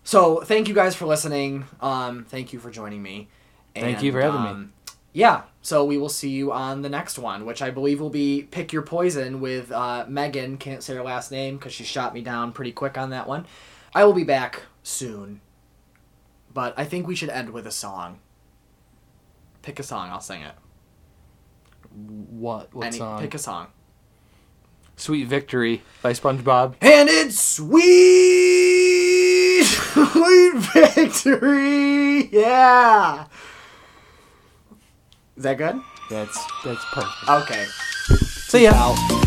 Speaker 1: so thank you guys for listening. Um, thank you for joining me. um,
Speaker 2: Thank you for having me.
Speaker 1: Yeah. So we will see you on the next one, which I believe will be pick your poison with uh, Megan. Can't say her last name because she shot me down pretty quick on that one. I will be back soon, but I think we should end with a song. Pick a song. I'll sing it.
Speaker 2: What? What
Speaker 1: Any,
Speaker 2: song?
Speaker 1: Pick a song.
Speaker 2: Sweet Victory by SpongeBob.
Speaker 1: And it's sweet, sweet victory. Yeah. Is that good?
Speaker 2: That's that's perfect.
Speaker 1: Okay.
Speaker 2: See ya.
Speaker 1: Out.